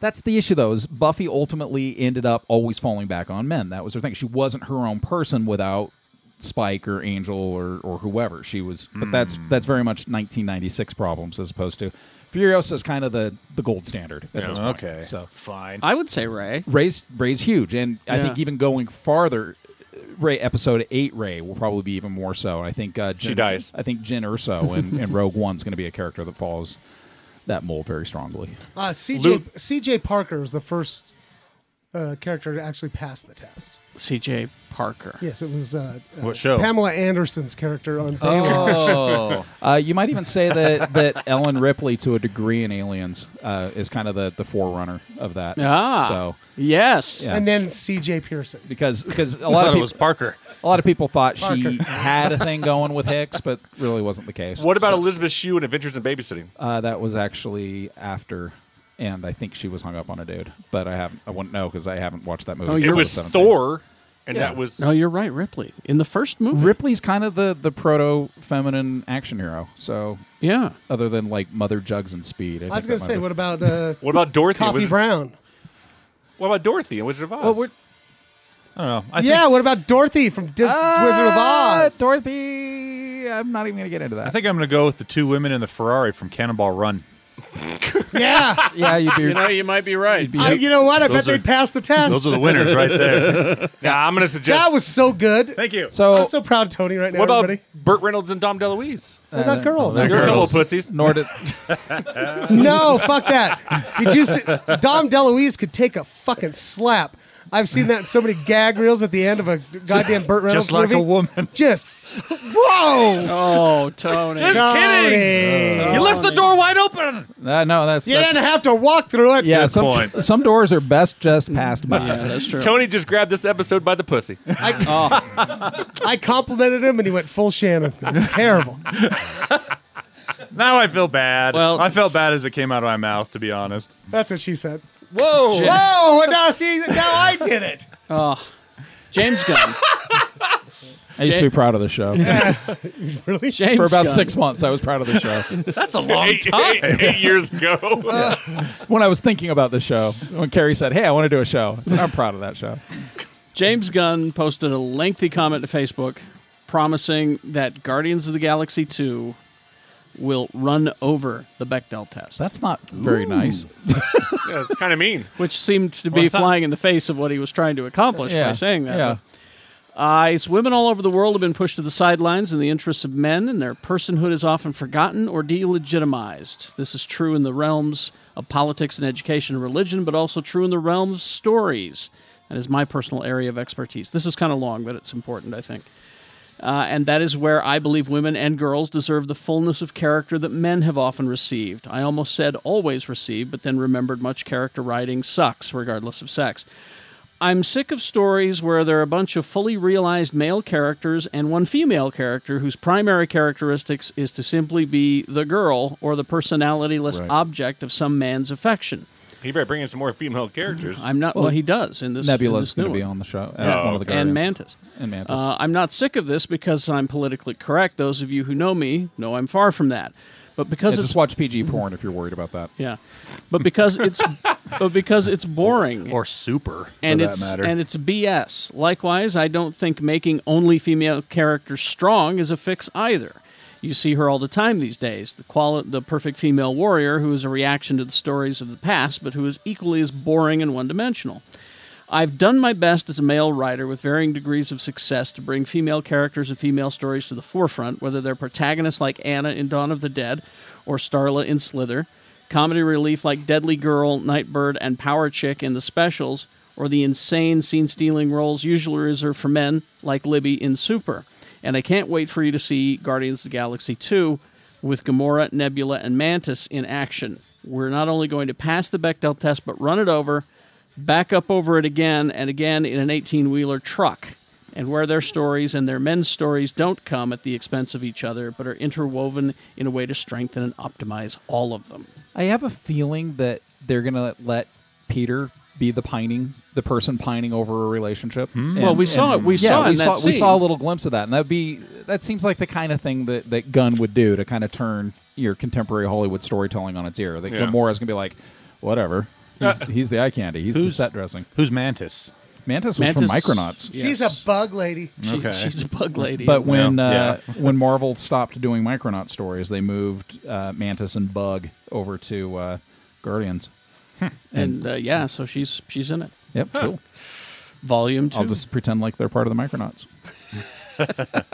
that's the issue, though. Is Buffy ultimately ended up always falling back on men? That was her thing. She wasn't her own person without Spike or Angel or, or whoever. She was, but that's Hmm. that's very much 1996 problems as opposed to Furiosa is kind of the the gold standard at this point. okay. so fine. I would say Ray. Ray's Ray's huge, and I Yeah. think even going farther, uh, Ray episode eight Ray will probably be even more so. And I think uh, Jin, She dies. I think Jin Urso and, and Rogue One's going to be a character that follows that mold very strongly. Uh, CJ Luke- CJ Parker was the first uh, character to actually pass the test. C.J. Parker. Yes, it was uh, uh, What show? Pamela Anderson's character on Baywatch. Oh, uh, you might even say that that Ellen Ripley, to a degree, in Aliens, uh, is kind of the, the forerunner of that. Ah, so yes, yeah. And then C.J. Pearson. because because a I lot thought of it people, was Parker. A lot of people thought she Parker. had a thing going with Hicks, but really wasn't the case. What about So, Elizabeth Shue in Adventures in Babysitting? uh, that was actually after. And I think she was hung up on a dude, but I haven't. I wouldn't know because I haven't watched that movie. Oh, since you're- It I was 17. Thor, and that was no. You're right, Ripley in the first movie. Ripley's kind of the the proto feminine action hero. So yeah, other than like Mother Jugs and Speed. I, was think going that to might say, be- what about uh, What about Dorothy? Coffee Was- Brown? What about Dorothy in Wizard of Oz? Well, we're- I Ah, don't know. yeah, what about Dorothy from Dis- Wizard of Oz? Dorothy. I'm not even going to get into that. I think I'm going to go with the two women in the Ferrari from Cannonball Run. Yeah. yeah, you'd You know, you might be right. I, you know what? I bet Those are- they'd pass the test. Those are the winners right there. Now I'm going to suggest. That was so good. Thank you. So- I'm so proud, of Tony. Right now, what about everybody. Burt Reynolds and Dom DeLuise? They're not girls. They're, little pussies. Nor did no, fuck that. Did you see? Dom DeLuise could take a fucking slap. I've seen that in so many gag reels at the end of a goddamn Burt Reynolds Just like movie. a woman. Just whoa. Oh, Tony. Just kidding. Tony. You left the door wide open. Uh, no, that's You Uh, that's, didn't have to walk through it. yeah. Some, some doors are best just passed by. Yeah, that's true. Tony just grabbed this episode by the pussy. I complimented him and he went full Shannon. It was terrible. Now I feel bad. Well, I felt bad as it came out of my mouth, to be honest. That's what she said. Whoa. Whoa. Now, see, now I did it. Oh, James Gunn. I used to be proud of the show. really? James For about Gunn. six months, I was proud of the show. That's a long time. Eight, eight years ago. when I was thinking about the show, when Carrie said, "Hey, I want to do a show," I said, "I'm proud of that show." James Gunn posted a lengthy comment to Facebook promising that Guardians of the Galaxy 2 will run over the Bechdel test. That's not very Ooh. nice. yeah, it's kind of mean. Which seemed to Well, be I thought- flying in the face of what he was trying to accomplish by Yeah, saying that. yeah. Uh, it's women all over the world have been pushed to the sidelines in the interests of men, and their personhood is often forgotten or delegitimized. This is true in the realms of politics and education and religion, but also true in the realms of stories. That is my personal area of expertise. This is kind of long, but it's important, I think. Uh, and that is where I believe women and girls deserve the fullness of character that men have often received. I almost said always received, but then remembered much character writing sucks, regardless of sex. I'm sick of stories where there are a bunch of fully realized male characters and one female character whose primary characteristics is to simply be the girl or the personalityless Right. object of some man's affection. He better bring in some more female characters. I'm not well, he does in this. Nebula's going to gonna be on the show, uh, Yeah. one of the and Guardians. Mantis. And Mantis. Uh, I'm not sick of this because I'm politically correct. Those of you who know me know I'm far from that. But because Yeah, it's just watch PG porn if you're worried about that. yeah, but because it's but because it's boring or super and that it's matter. and it's BS. Likewise, I don't think making only female characters strong is a fix either. You see her all the time these days, the quali- the perfect female warrior who is a reaction to the stories of the past, but who is equally as boring and one-dimensional. I've done my best as a male writer with varying degrees of success to bring female characters and female stories to the forefront, whether they're protagonists like Anna in Dawn of the Dead or Starla in Slither, comedy relief like Deadly Girl, Nightbird, and Power Chick in the specials, or the insane scene stealing roles usually reserved for men like Libby in Super. And I can't wait for you to see Guardians of the Galaxy 2 with Gamora, Nebula, and Mantis in action. We're not only going to pass the Bechdel test, but run it over back up over it again and again in an 18 wheeler truck, and where their stories and their men's stories don't come at the expense of each other, but are interwoven in a way to strengthen and optimize all of them. I have a feeling that they're gonna let Peter be the pining, the person pining over a relationship. Hmm. Well, we saw it- we yeah, saw it we in saw that we saw a scene. little glimpse of that, and that be that seems like the kind of thing that that Gunn would do to kind of turn your contemporary Hollywood storytelling on its ear. That Yeah. Gamora's gonna be like, whatever, he's, Uh, he's the eye candy, he's the who's- set dressing. Who's Mantis? Mantis was from Mantis- Micronauts. She's a bug lady. Okay. she's a bug lady. But when Yeah. uh, when Marvel stopped doing Micronaut stories, they moved uh, Mantis and Bug over to uh, Guardians. and uh, yeah, so she's she's in it. Yep, cool. Volume two. I'll just pretend like they're part of the Micronauts.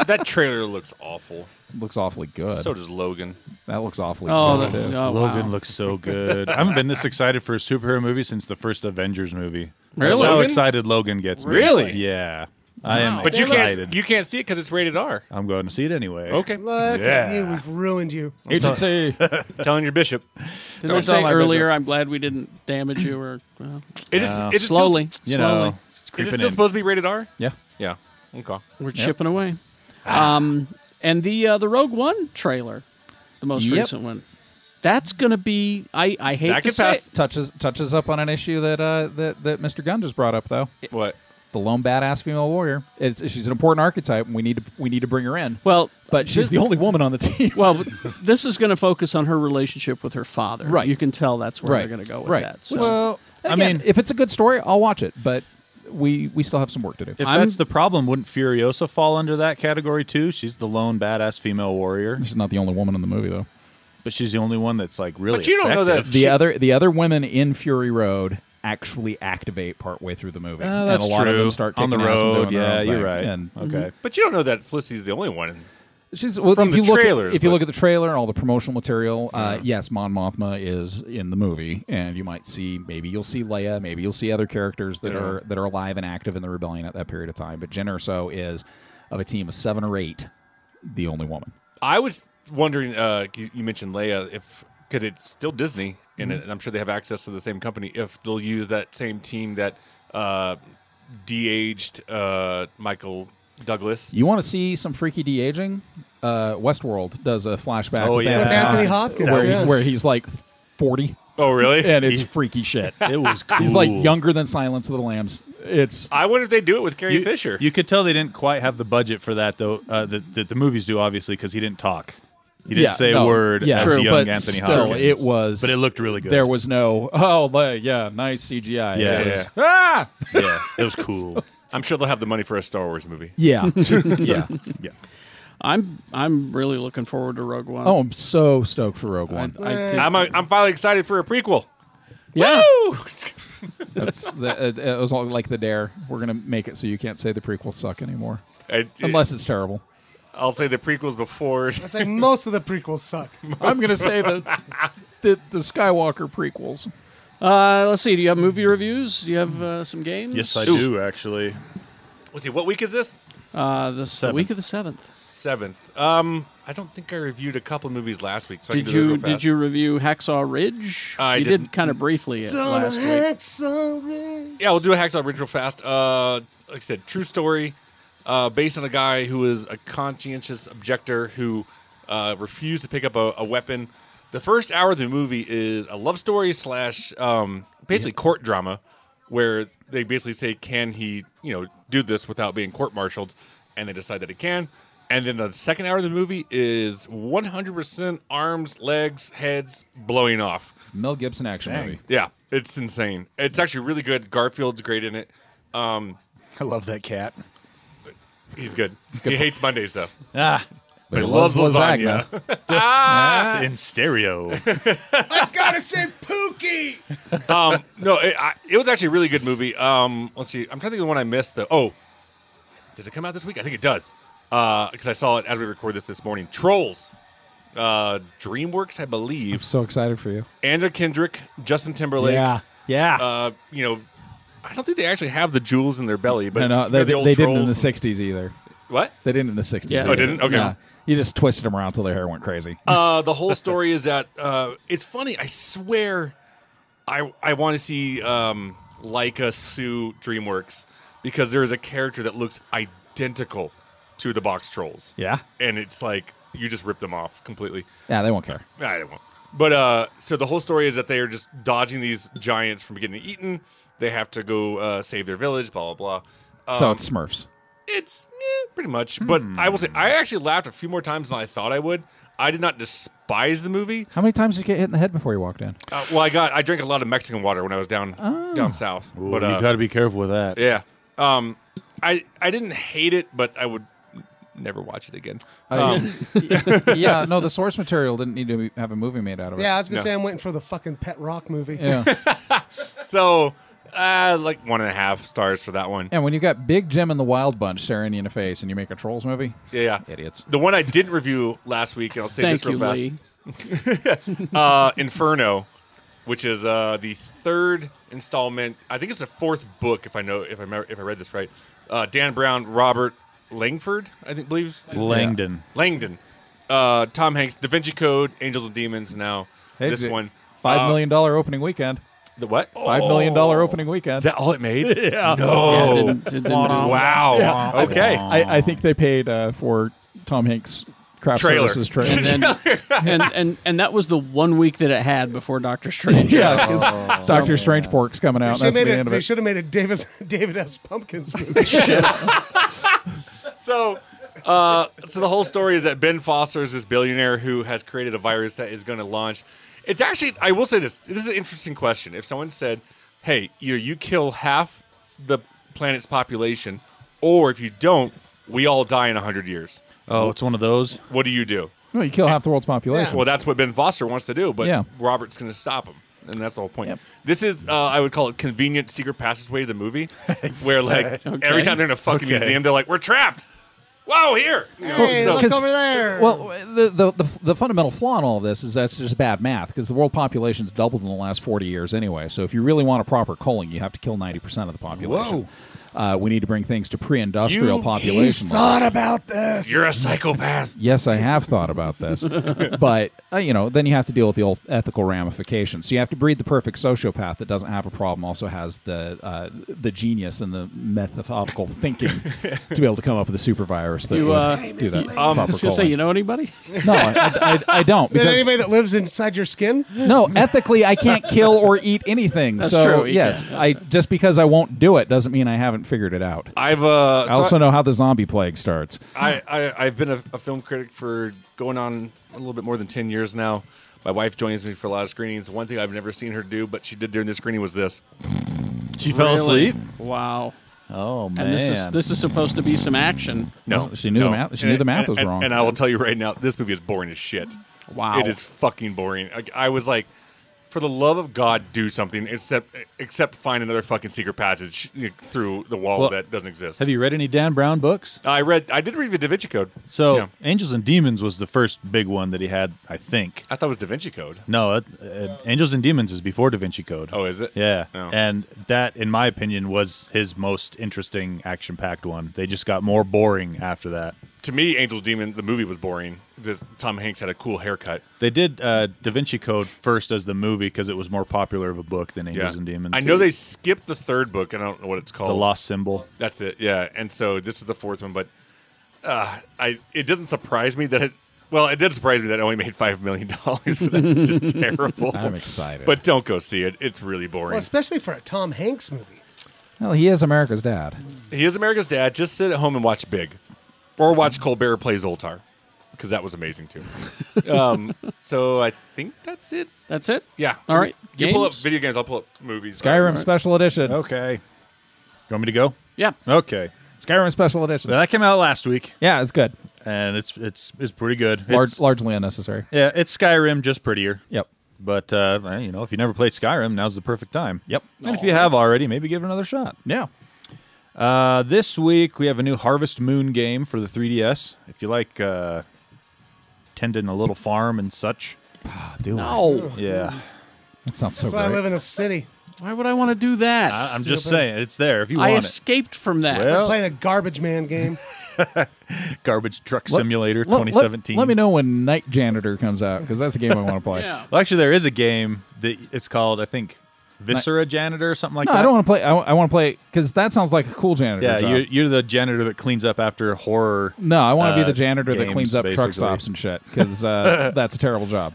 that trailer looks awful. Looks awfully good. So does Logan. That looks awfully Oh, good. that- too. oh, Logan looks so good. I haven't been this excited for a superhero movie since the first Avengers movie. That's Really? how Logan? excited Logan gets me. Really? Yeah. I am But you excited. can't you can't see it because it's rated R. I'm going to see it anyway. Okay. Look Yeah. at you. We've ruined you. Agency. telling your bishop. Didn't I Don't tell say my earlier bishop. I'm glad we didn't damage you or uh, well, It is- it is still- slowly, you slowly. know, it's Is it still supposed to be rated R? Yeah. Yeah. Okay. We're Yep. chipping away. Ah. Um, and the uh, the Rogue One trailer, the most Yep. recent one. That's gonna be. I I hate to say. it. touches touches up on an issue that uh, that that Mr. Gunn just brought up though. What? The lone badass female warrior. It's, she's an important archetype, and we need to we need to bring her in. Well, but she's this- the only woman on the team. Well, but this is going to focus on her relationship with her father. Right. You can tell that's where they're going to go with right. that. So. Which- I mean, if it's a good story, I'll watch it. But we we still have some work to do. If that's the problem, wouldn't Furiosa fall under that category too? She's the lone badass female warrior, she's not the only woman in the movie though. but she's the only one that's like really. effective. the other the other women in Fury Road actually activate partway through the movie. Uh, Oh, And that's a lot Of true. them start On the kicking ass and road, doing their yeah, own you're thing. right. And- Okay. Mm-hmm. But you don't know that Felicity's the only one. She's well, from if you the look trailers. At, if you but- look at the trailer and all the promotional material, uh, yes, Mon Mothma is in the movie, and you might see maybe you'll see Leia, maybe you'll see other characters that Yeah. are that are alive and active in the rebellion at that period of time. But Jen Erso is of a team of seven or eight, the only woman. I was wondering. Uh, you you mentioned Leia, if because it's still Disney, and, Mhm. and I'm sure they have access to the same company. If they'll use that same team that uh, de-aged uh, Michael Douglas. You want to see some freaky de aging? Uh, Westworld does a flashback. Oh, with yeah. With Anthony Hopkins, where, yes. where he's like forty. Oh, really? And it's He- freaky shit. It was He's like cool. younger than Silence of the Lambs. It's I wonder if they do it with Carrie you, Fisher. You could tell they didn't quite have the budget for that, though. Uh, that, that the movies do, obviously, because he didn't talk. He didn't Yeah, say no, a word. yeah. as True, young but Anthony still, Hopkins. it was. But it looked really good. There was no oh le- yeah, nice CGI. Yeah, It yeah. was- Ah! Yeah, it was cool. I'm sure they'll have the money for a Star Wars movie. Yeah. Yeah. yeah. I'm I'm really looking forward to Rogue One. Oh, I'm so stoked for Rogue One. I think- I'm, i I'm finally excited for a prequel. Yeah. That's that, uh, it was all like the dare. We're gonna make it so you can't say the prequels suck anymore, I- unless it's terrible. I'll say the prequels before. I say most of the prequels suck. I'm gonna say the the, the Skywalker prequels. Uh, let's see. Do you have movie reviews? Do you have uh, some games? Yes, I do actually. Let's see. What week is this? Uh, this the week of the seventh. Seventh. Um, I don't think I reviewed a couple movies last week. So I did can do those you real fast. did you review Hacksaw Ridge? I you didn't. did kind of briefly it last week. Yeah, we'll do a Hacksaw Ridge real fast. Uh, like I said, true story, uh, based on a guy who is a conscientious objector who uh, refused to pick up a, a weapon. The first hour of the movie is a love story slash um, basically court drama, where they basically say, "Can he, you know, do this without being court-martialed?" And they decide that he can. And then the second hour of the movie is 100% arms, legs, heads blowing off. Mel Gibson action movie. Yeah, it's insane. It's actually really good. Garfield's great in it. Um, I love that cat. He's good. He hates Mondays though. Ah, but he loves lasagna. Ah, in stereo. I've got to say Pookie. um, no, it, I, it was actually a really good movie. Um, let's see. I'm trying to think of the one I missed though. Oh, does it come out this week? I think it does. Because I saw it as we record this this morning. Trolls, uh, DreamWorks, I I'm believe. so excited for you. Andrew Kendrick, Justin Timberlake. Yeah, yeah. Uh, you know, I don't think they actually have the jewels in their belly, but No, no, you uh, they, know, the they, old didn't in the trolls. '60s either. What? They didn't in the '60s. Yeah. Oh, either. didn't? Okay. No. you just twisted them around till their hair went crazy. Uh, the whole story is that uh, it's funny. I swear, I I want to see um, Leica sue DreamWorks because there is a character that looks identical to the box trolls. Yeah? and it's like you just ripped them off completely. yeah, they won't care. I won't. But uh, so the whole story is that they are just dodging these giants from getting eaten. They have to go uh, save their village. Blah blah blah. so Um, it's Smurfs. it's eh, pretty much. But I will say, I actually laughed a few more times than I thought I would. I did not despise the movie. How many times did you get hit in the head before you walked in? Uh, well, I got I drank a lot of Mexican water when I was down down south. but uh, you got to be careful with that. yeah, um, I I didn't hate it, but I would never watch it again. Oh, Um, yeah, no, the source material didn't need to have a movie made out of it. Yeah, I was gonna say I'm waiting for the fucking Pet Rock movie. Yeah. so uh, like one and a half stars for that one. And when you've got Big Jim and the Wild Bunch staring you in the face and you make a Trolls movie, Yeah, yeah. idiots. The one I didn't review last week, and I'll say Thank this real you, fast. uh, Inferno. which is uh, the third installment. I think it's the fourth book, if I know, if I remember, if I read this right. Uh, Dan Brown, Robert Langford, I think, believes Langdon. Langdon, uh, Tom Hanks, Da Vinci Code, Angels and Demons. Now Hey, this the- one, Five Uh, million dollar opening weekend. The what? Five million dollar opening weekend. Is that all it made? yeah. No. Yeah, it didn't- it didn't do well. Oh. Wow. I- Okay. I, I think they paid uh, for Tom Hanks craft Trailer. services trailer. And, then, and, and and that was the one week that it had before Doctor Strange. yeah, 'cause Doctor Strange pork's coming out. and Oh. They should have That's the made, end it- of they it. should have made it Davis, David S. Pumpkins movie. so uh, so the whole story is that Ben Foster is this billionaire who has created a virus that is going to launch. It's actually, I will say this. This is an interesting question. If someone said, "Hey, you you kill half the planet's population, or if you don't, we all die in hundred years." Oh, it's one of those. What do you do? No, you kill half the world's population. Well, that's what Ben Foster wants to do, but Yeah. Robert's going to stop him. And that's the whole point. This is, uh, I would call it convenient secret passageway to the movie, where like Okay. every time they're in a fucking Okay. museum, they're like, "We're trapped." Wow, here. You know, so- Well, the, the the the fundamental flaw in all of this is that's just bad math because the world population's doubled in the last forty years anyway. So if you really want a proper culling, you have to kill ninety percent of the population. Uh, we need to bring things to pre-industrial You- population. levels. this. You're a psychopath. Yes, I have thought about this, but uh, you know, then you have to deal with the old ethical ramifications. So you have to breed the perfect sociopath that doesn't have a problem, also has the uh, the genius and the methodical thinking to be able to come up with a super virus that You, will uh, do that. um, I proper was gonna say, culling. you know anybody? no, I, I, I Is that don't because anybody that lives inside your skin? no, ethically I can't kill or eat anything. That's so true, you yes, can't. I just because I won't do it doesn't mean I haven't figured it out. I've uh, I also know how the zombie plague starts. I, I I've been a, a film critic for going on a little bit more than ten years now. My wife joins me for a lot of screenings. One thing I've never seen her do, but she did during the screening, was this. She fell asleep. Wow. Oh And this is man. this is supposed to be some action. No, no. And- and- and- And I will tell you right now, this movie is boring as shit. Wow. it is fucking boring. Like, I was like, for the love of God, do something except except find another fucking secret passage you know, through the wall Well, that doesn't exist. Have you read any Dan Brown books? I read. I did read the Da Vinci Code. So Yeah. Angels and Demons was the first big one that he had, I think. I thought it was Da Vinci Code. No, it, uh, Angels and Demons is before Da Vinci Code. Oh, is it? Yeah. Oh. And that, in my opinion, was his most interesting action-packed one. They just got more boring after that. To me, Angel Demon, the movie was boring. Just Tom Hanks had a cool haircut. They did uh, Da Vinci Code first as the movie because it was more popular of a book than Angels and Demons. I know they skipped the third book, and I don't know what it's called. the Lost Symbol. That's it. Yeah, and so this is the fourth one, but uh, I it doesn't surprise me that it. Well, it did surprise me that it only made five million dollars. That's just terrible. I'm excited. but don't go see it. It's really boring. Well, especially for a Tom Hanks movie. Well, he is America's dad. he is America's dad. Just sit at home and watch Big, or watch Colbert play Zoltar, because that was amazing too. um, so I think that's it. That's it. Yeah. All right. You pull up Games? video games. I'll pull up movies. Skyrim Special Edition. Okay. You want me to go? Yeah. Okay. Skyrim Special Edition. That came out last week, Yeah, it's good. and it's it's it's pretty good. Large, It's- largely unnecessary. Yeah, it's Skyrim, just prettier. Yep. But uh, eh, you know, if you never played Skyrim, now's the perfect time. Yep. And if you have already, maybe give it another shot. Yeah. Uh, this week we have a new Harvest Moon game for the 3DS. If you like uh, tending a little farm and such. Ah, Do No. Yeah. That sounds so That's why I live in a city. Why would I want to do that? I, am just saying, it's there if you I want escaped from that. I'm Well- playing a garbage man game. it. Garbage Truck Let- Simulator let- let- 2017. Let, me know when Night Janitor comes out because that's a game I want to play. Yeah. Well, actually, there is a game that it's called, I think, Viscera Janitor or something like no, that. I don't want to play. I, want to play because that sounds like a cool janitor. Yeah, job. you're, you're the janitor that cleans up after horror. No, I want to uh, be the janitor that games, cleans up truck basically. stops and shit because uh, that's a terrible job.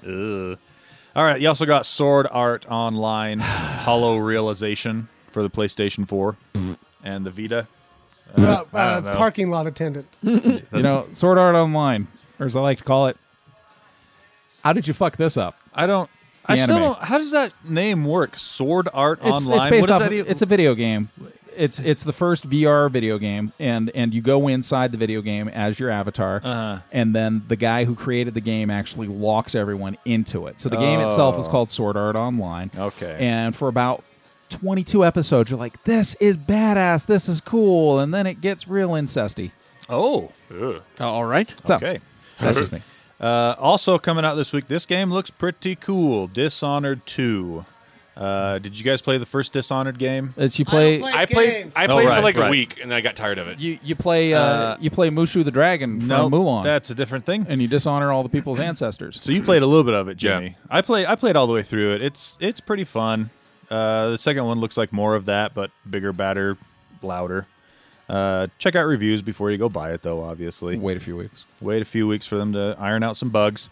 All right, you also got Sword Art Online Hollow Realization for the PlayStation 4 and the Vita. Uh, I uh, don't know. parking lot attendant. You know, Sword Art Online, or as I like to call it, how did you fuck this up? I don't. I The still anime. don't. How does that name work? Sword Art It's, Online. it's based what is off. that of- even- it's a video game. It's it's the first VR video game, and and you go inside the video game as your avatar, Uh-huh. and then the guy who created the game actually locks everyone into it. So the game itself is Oh. called Sword Art Online. Okay. and for about. 22 episodes you're like this is badass this is cool and then it gets real incesty oh, Uh, all right. so okay. that's just me Uh, also coming out this week, this game looks pretty cool. Dishonored 2. Uh, did you guys play the first Dishonored game? It's you play. I played. I Oh, played for right, like a right. week, and then I got tired of it. You you play uh, Uh, you play Mushu the dragon from Nope, Mulan. That's a different thing. And you dishonor all the people's ancestors. So you played a little bit of it, Jimmy. I play I played all the way through it. It's it's pretty fun. Uh, the second one looks like more of that, but bigger, badder, louder. Uh, check out reviews before you go buy it, though. Obviously, wait a few weeks. Wait a few weeks for them to iron out some bugs.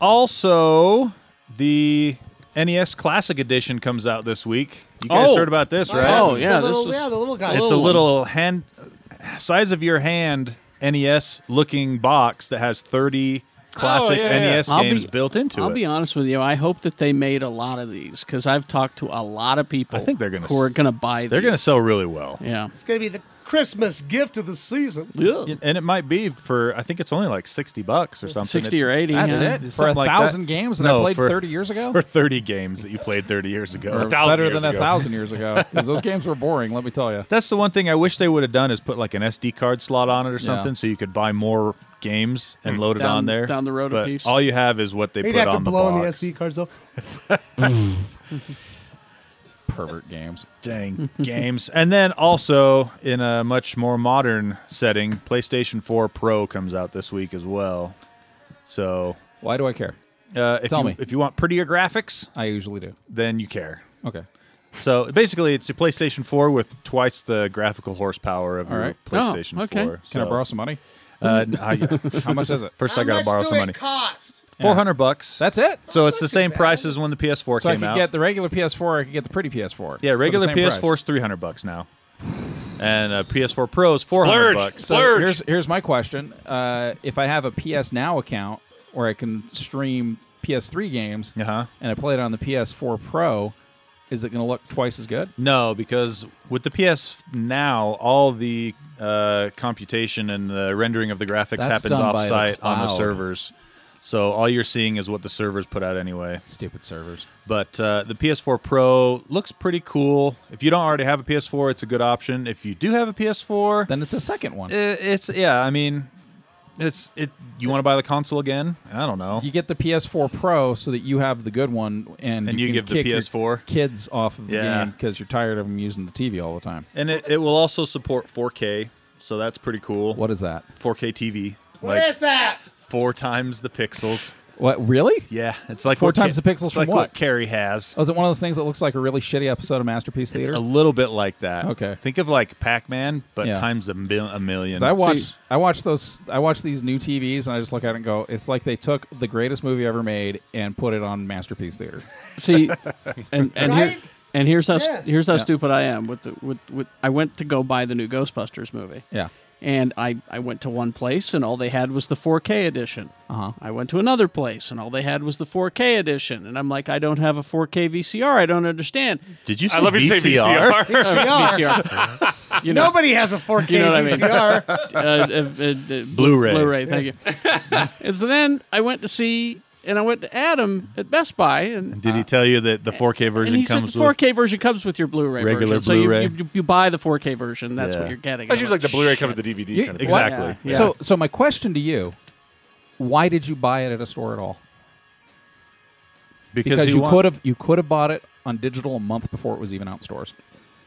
Also, the NES Classic Edition comes out this week. You guys Oh. heard about this, Oh, right? yeah. Oh, The yeah, this little- was- yeah, the little guy. It's Little a one. little hand size of your hand NES looking box that has 30 classic Oh, yeah, yeah. NES I'll games be- built into I'll it. be honest with you. I hope that they made a lot of these because I've talked to a lot of people. I think they're going to who are going to buy. They're going to sell really well. Yeah. It's going to be the Christmas gift of the season. And it might be for I think it's only like 60 bucks or something. 60 It's- or 80, That's yeah. it. It's For a something like thousand games that I played 30 years ago? For 30 games that you played 30 years ago. Or A thousand better years than a ago. thousand years ago, 'cause those games were boring. Let me tell you. That's the one thing I wish they would have done is put like an SD card slot on it or Yeah. something, so you could buy more games and load it Down- on there. down the road a but piece. All you have is what they They'd put have on to the blow on box. the SD cards though. Pervert games. Dang games. And then also in a much more modern setting, PlayStation 4 Pro comes out this week as well. So why do I care? Uh, if Tell you, me. if you want prettier graphics, I usually do. Then you care. Okay. So basically, it's a PlayStation 4 with twice the graphical horsepower of All your right. Oh, PlayStation okay. 4. Can I borrow some money? Uh, n- I- How much is it? First, How I gotta much borrow do some it money. cost? Four hundred bucks. That's it. So it's the same price as when the PS4 so I came could out. get the regular PS4. I could get the pretty PS4. yeah, for the regular same price. PS4 is three hundred bucks now, and uh, PS4 Pro is four hundred Splurge, bucks. So here's here's my question: uh, If I have a PS Now account where I can stream PS3 games Uh-huh. and I play it on the PS4 Pro, is it going to look twice as good? No, because with the PS now, all the uh, computation and the rendering of the graphics That's happens done by the offsite on the cloud. servers. So all you're seeing is what the servers put out anyway. Stupid servers. But uh, the PS4 Pro looks pretty cool. If you don't already have a PS4, it's a good option. If you do have a PS4, then it's a second one. It's yeah. I mean, it's it. You want to buy the console again? I don't know. You get the PS4 Pro so that you have the good one, and, And you can give the kick your PS4? kids off of the Yeah. game because you're tired of them using the TV all the time. And it, it will also support 4K, so that's pretty cool. What is that? 4K TV. What is that? Four times the pixels. What really? Yeah, it's like four what times Ca- the pixels it's from like what? what Carrie has. Oh, is it one of those things that looks like a really shitty episode of Masterpiece It's Theater? a little bit like that. Okay. Think of like Pac-Man, but Yeah. times a, mil- a million. 'Cause I watch See, I watch those I watch these new TVs and I just look at it and go, it's like they took the greatest movie ever made and put it on Masterpiece Theater. See, and and here, and here's how Yeah. here's how Yeah. stupid I am with the with, with I went to go buy the new Ghostbusters movie. Yeah. And I, I went to one place and all they had was the 4K edition. Uh-huh. I went to another place and all they had was the 4K edition. And I'm like, I don't have a 4K VCR. I don't understand. Did you I say love you say VCR? VCR. VCR. Nobody has a 4K you know what VCR. I mean? uh, uh, uh, uh, Blu-ray. Blu-ray. Thank you. and so then I went to see, and I went to Adam at Best Buy, and Did he tell you that the 4K and version he said comes the 4K version comes with your Blu-ray Regular version. Blu-ray. So you, you, you buy the 4K version. That's what Yeah. you're getting. That's usually like the Blu-ray comes with the DVD. You- kind of what- thing. Yeah. So so my question to you, why did you buy it at a store at all? Because he you want- could have you could have bought it on digital a month before it was even out in stores.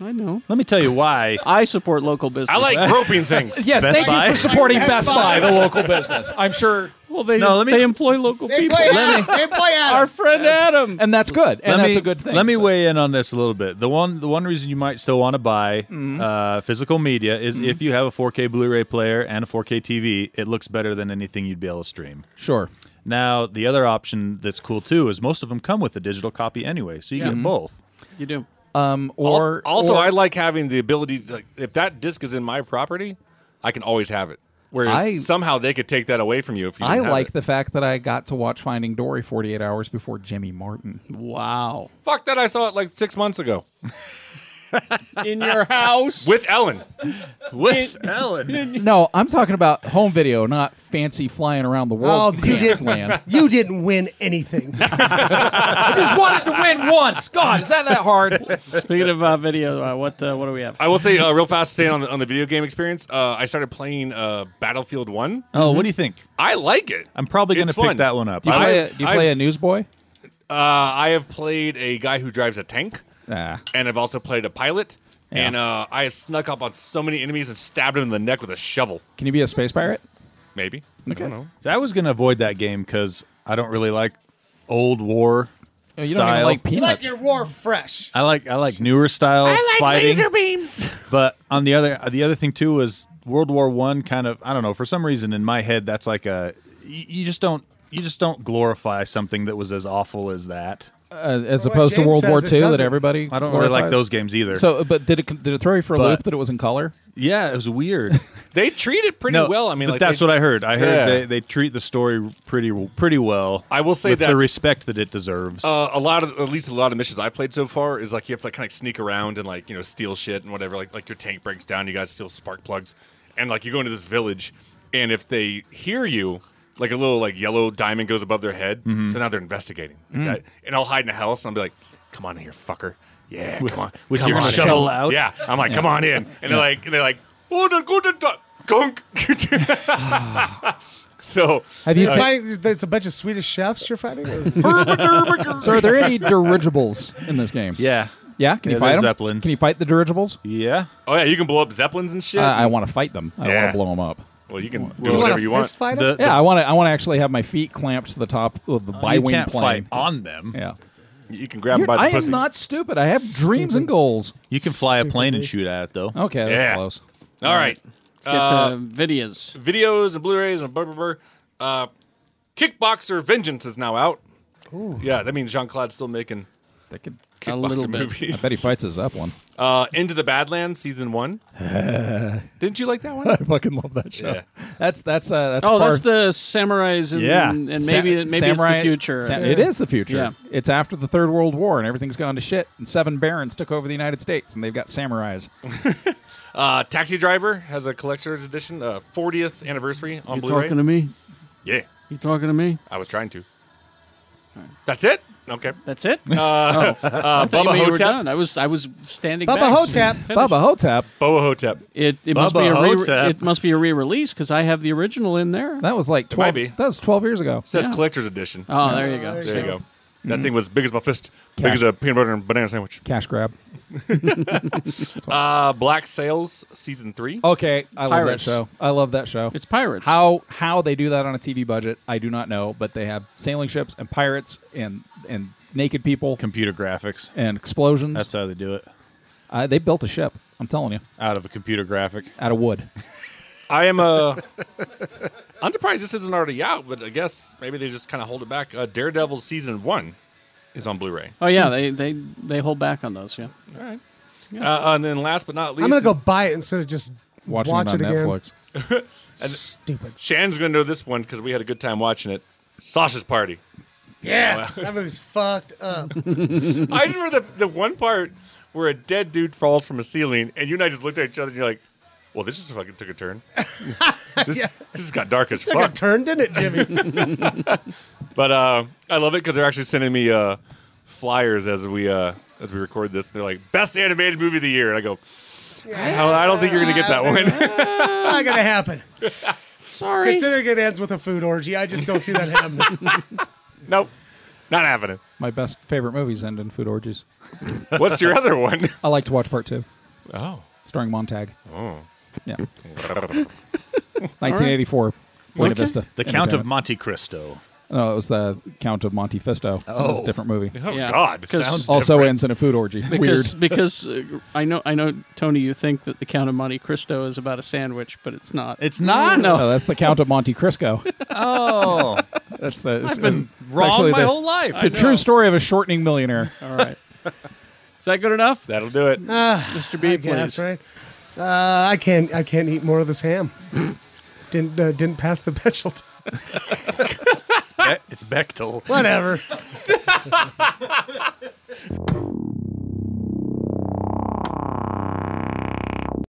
I know. Let me tell you why. I support local business. I like groping things. yes, Best thank Buy? you for supporting Best Best Buy, Buy. the local business. I'm sure. Well, they No, let me- they employ local They people. play Adam. They play Adam. Our friend Adam, and that's good, and Let that's me- a good thing. Let me weigh in on this a little bit. The one the one reason you might still want to buy Mhm. uh, physical media is if you have a 4K Blu-ray player and a 4K TV, it looks better than anything you'd be able to stream. Sure. Now, the other option that's cool too is most of them come with a digital copy anyway, so you Yeah. get Mhm. both. you do. Um, Or, or also, or- I like having the ability to, like, if that disc is in my property, I can always have it. Whereas I- somehow they could take that away from you if you. I didn't have like it. the fact that I got to watch Finding Dory 48 hours before Jimmy Martin. Wow. Fuck that! I saw it like six months ago in your house with Ellen. With Ellen. No, I'm talking about home video, not fancy flying around the Oh, world. you pants didn't. land. You didn't win anything. I just wanted to win once. God, is that that hard? Speaking of uh, video, uh, what uh, what do we have? I will say uh, real fast, staying on the, on the video game experience, uh, I started playing uh, Battlefield One. Oh, what do you think? I like it. I'm probably going to It's pick fun. that one up. Do you I- play, a, do you I've- play a newsboy? Uh, I have played a guy who drives a tank, Ah. and I've also played a pilot. Yeah. And uh, I have snuck up on so many enemies and stabbed him in the neck with a shovel. Can you be a space pirate? Maybe. Okay. I don't know. So I was gonna avoid that game because I don't really like old war Oh, you style. don't even like You like your war fresh. I like I like newer style fighting. beams. But on the other the other thing too was World War One kind of I don't know for some reason in my head that's like a you, you just don't you just don't glorify something that was as awful as that. Uh, as opposed to World War II, that everybody. I don't really like glorifies? those games either. So, but did it did it throw you for a But- loop that it was in color? yeah, it was weird. They treat it pretty No, well. I mean, but like that's they- what I heard. I heard Yeah. they, they treat the story pretty pretty well. I will say with that- the respect that it deserves. Uh, a lot of at least a lot of missions I've played so far is like you have to like, kind of sneak around and like you know steal shit and whatever. Like like your tank breaks down, you got to steal spark plugs, and like you go into this village, and if they hear you, like a little like yellow diamond goes above their head, Mhm. so now they're investigating. Mm. Okay? And I'll hide in a house and I'll be like, "Come on in here, fucker! Yeah, With- come on, with come your on in." shovel out? Yeah, I'm like, Yeah. "Come on in," and Yeah. they're like, and they're like, "Oh, the good, the duck, gunk." so Have you You're ta- fighting- there's a bunch of Swedish chefs you're fighting. so, are there any dirigibles in this game? Yeah. Yeah. Can Yeah, you fight there's them? zeppelins. Can you fight the dirigibles? Uh, Yeah. Oh yeah, you can blow up zeppelins and shit. Uh, I, want to fight them. I Yeah. want to blow them up. Well, you can you do whatever wanna you want. fist fight yeah, I want to. I want to actually have my feet clamped to the top of the bi-wing can't plane. fight on them. Yeah. You can grab You're- them by the I pussy. am not stupid. I have dreams and goals. You can fly a plane and shoot at it though. Okay, that's Yeah. close. All right. Let's Uh, get Uh, to videos. Videos and Blu-rays and blah, blah, blah. Uh, Kickboxer Vengeance is now out. Ooh. Yeah, that means Jean-Claude's still making that could, kickboxer movies. I bet he fights his up one. Uh, Into the Badlands Season 1. Didn't you like that one? I fucking love that show. That's that's uh that's oh, far- that's the samurais, and, and maybe Sa- maybe samurai- it's the future. sa- It is the future. Yeah. It's after the Third World War and everything's gone to shit. And seven barons took over the United States and they've got samurais. Uh, Taxi Driver has a collector's edition, uh, 40th anniversary on You Blu-ray. talking to me? Yeah, You talking to me? I was trying to. That's it? Okay. That's it? Uh, Oh. uh, I thought you Bubba meant you were Hotep. done. I was I was standing Bubba back. Hotep. Bubba Hotep. Bubba Hotep. It, it must be Bubba a re- Hotep. it must be a re-release because I have the original in there. That was like It might twelve. be. That was twelve years ago. It says collector's edition. Oh, there you go. There So- you go. That Mhm. thing was big as my fist, big Cash. as a peanut butter and banana sandwich. Cash grab. uh, Black Sails season three. Oh, Okay, I love that show. I love that show. It's pirates. How how they do that on a TV budget, I do not know, but they have sailing ships and pirates and and naked people, computer graphics, and explosions. That's how they do it. Uh, they built a ship. I'm telling you, Out of a computer graphic. out of wood. I am uh, a. I'm surprised this isn't already out, but I guess maybe they just kind of hold it back. Uh, Daredevil season one is on Blu-ray. Oh yeah, they they they hold back on those. Yeah. All right. Uh, and then last but not least, I'm gonna go buy it instead of just Watching it watch on it, again. Netflix. Stupid. Shan's gonna know this one because we had a good time watching it. Sasha's party. Yeah, that movie's fucked up. I just remember the, the one part where a dead dude falls from a ceiling, and you and I just looked at each other, and you're like, "Well, this just fucking took a turn. this, this got dark as It's like fuck." a turn, didn't it, Jimmy? But uh, I love it because they're actually sending me uh, flyers as we uh, as we record this. They're like, "Best animated movie of the year," and I go, "I I don't think you're gonna get that one." it's not gonna happen. Sorry. Considering it ends with a food orgy, I just don't see that happening. nope, not happening. My best favorite movies end in food orgies. What's your other one? I like to watch part two. Oh. Starring Montag. Oh. Yeah. All 1984. Buena Vista. The Count of Independent. Monte Cristo. No, it was the Count of Monte Fisto. It was a Oh. different movie. Oh, Yeah. God, Because- sounds also different. ends in a food orgy. oh, Because Weird. because uh, I know I know Tony, you think that the Count of Monte Cristo is about a sandwich, but it's not. It's No, No, that's the Count of Monte Cristo. Oh. That's uh, it's- I've been it's wrong actually my the- whole life. I The know. true story of a shortening millionaire. All right. Is that good enough? That'll do it. Mr. B, I guess, please. right? Uh, I can't. I can't eat more of this ham. didn't uh, didn't pass the Bechdel. It's, Be- it's Bechtel. Whatever.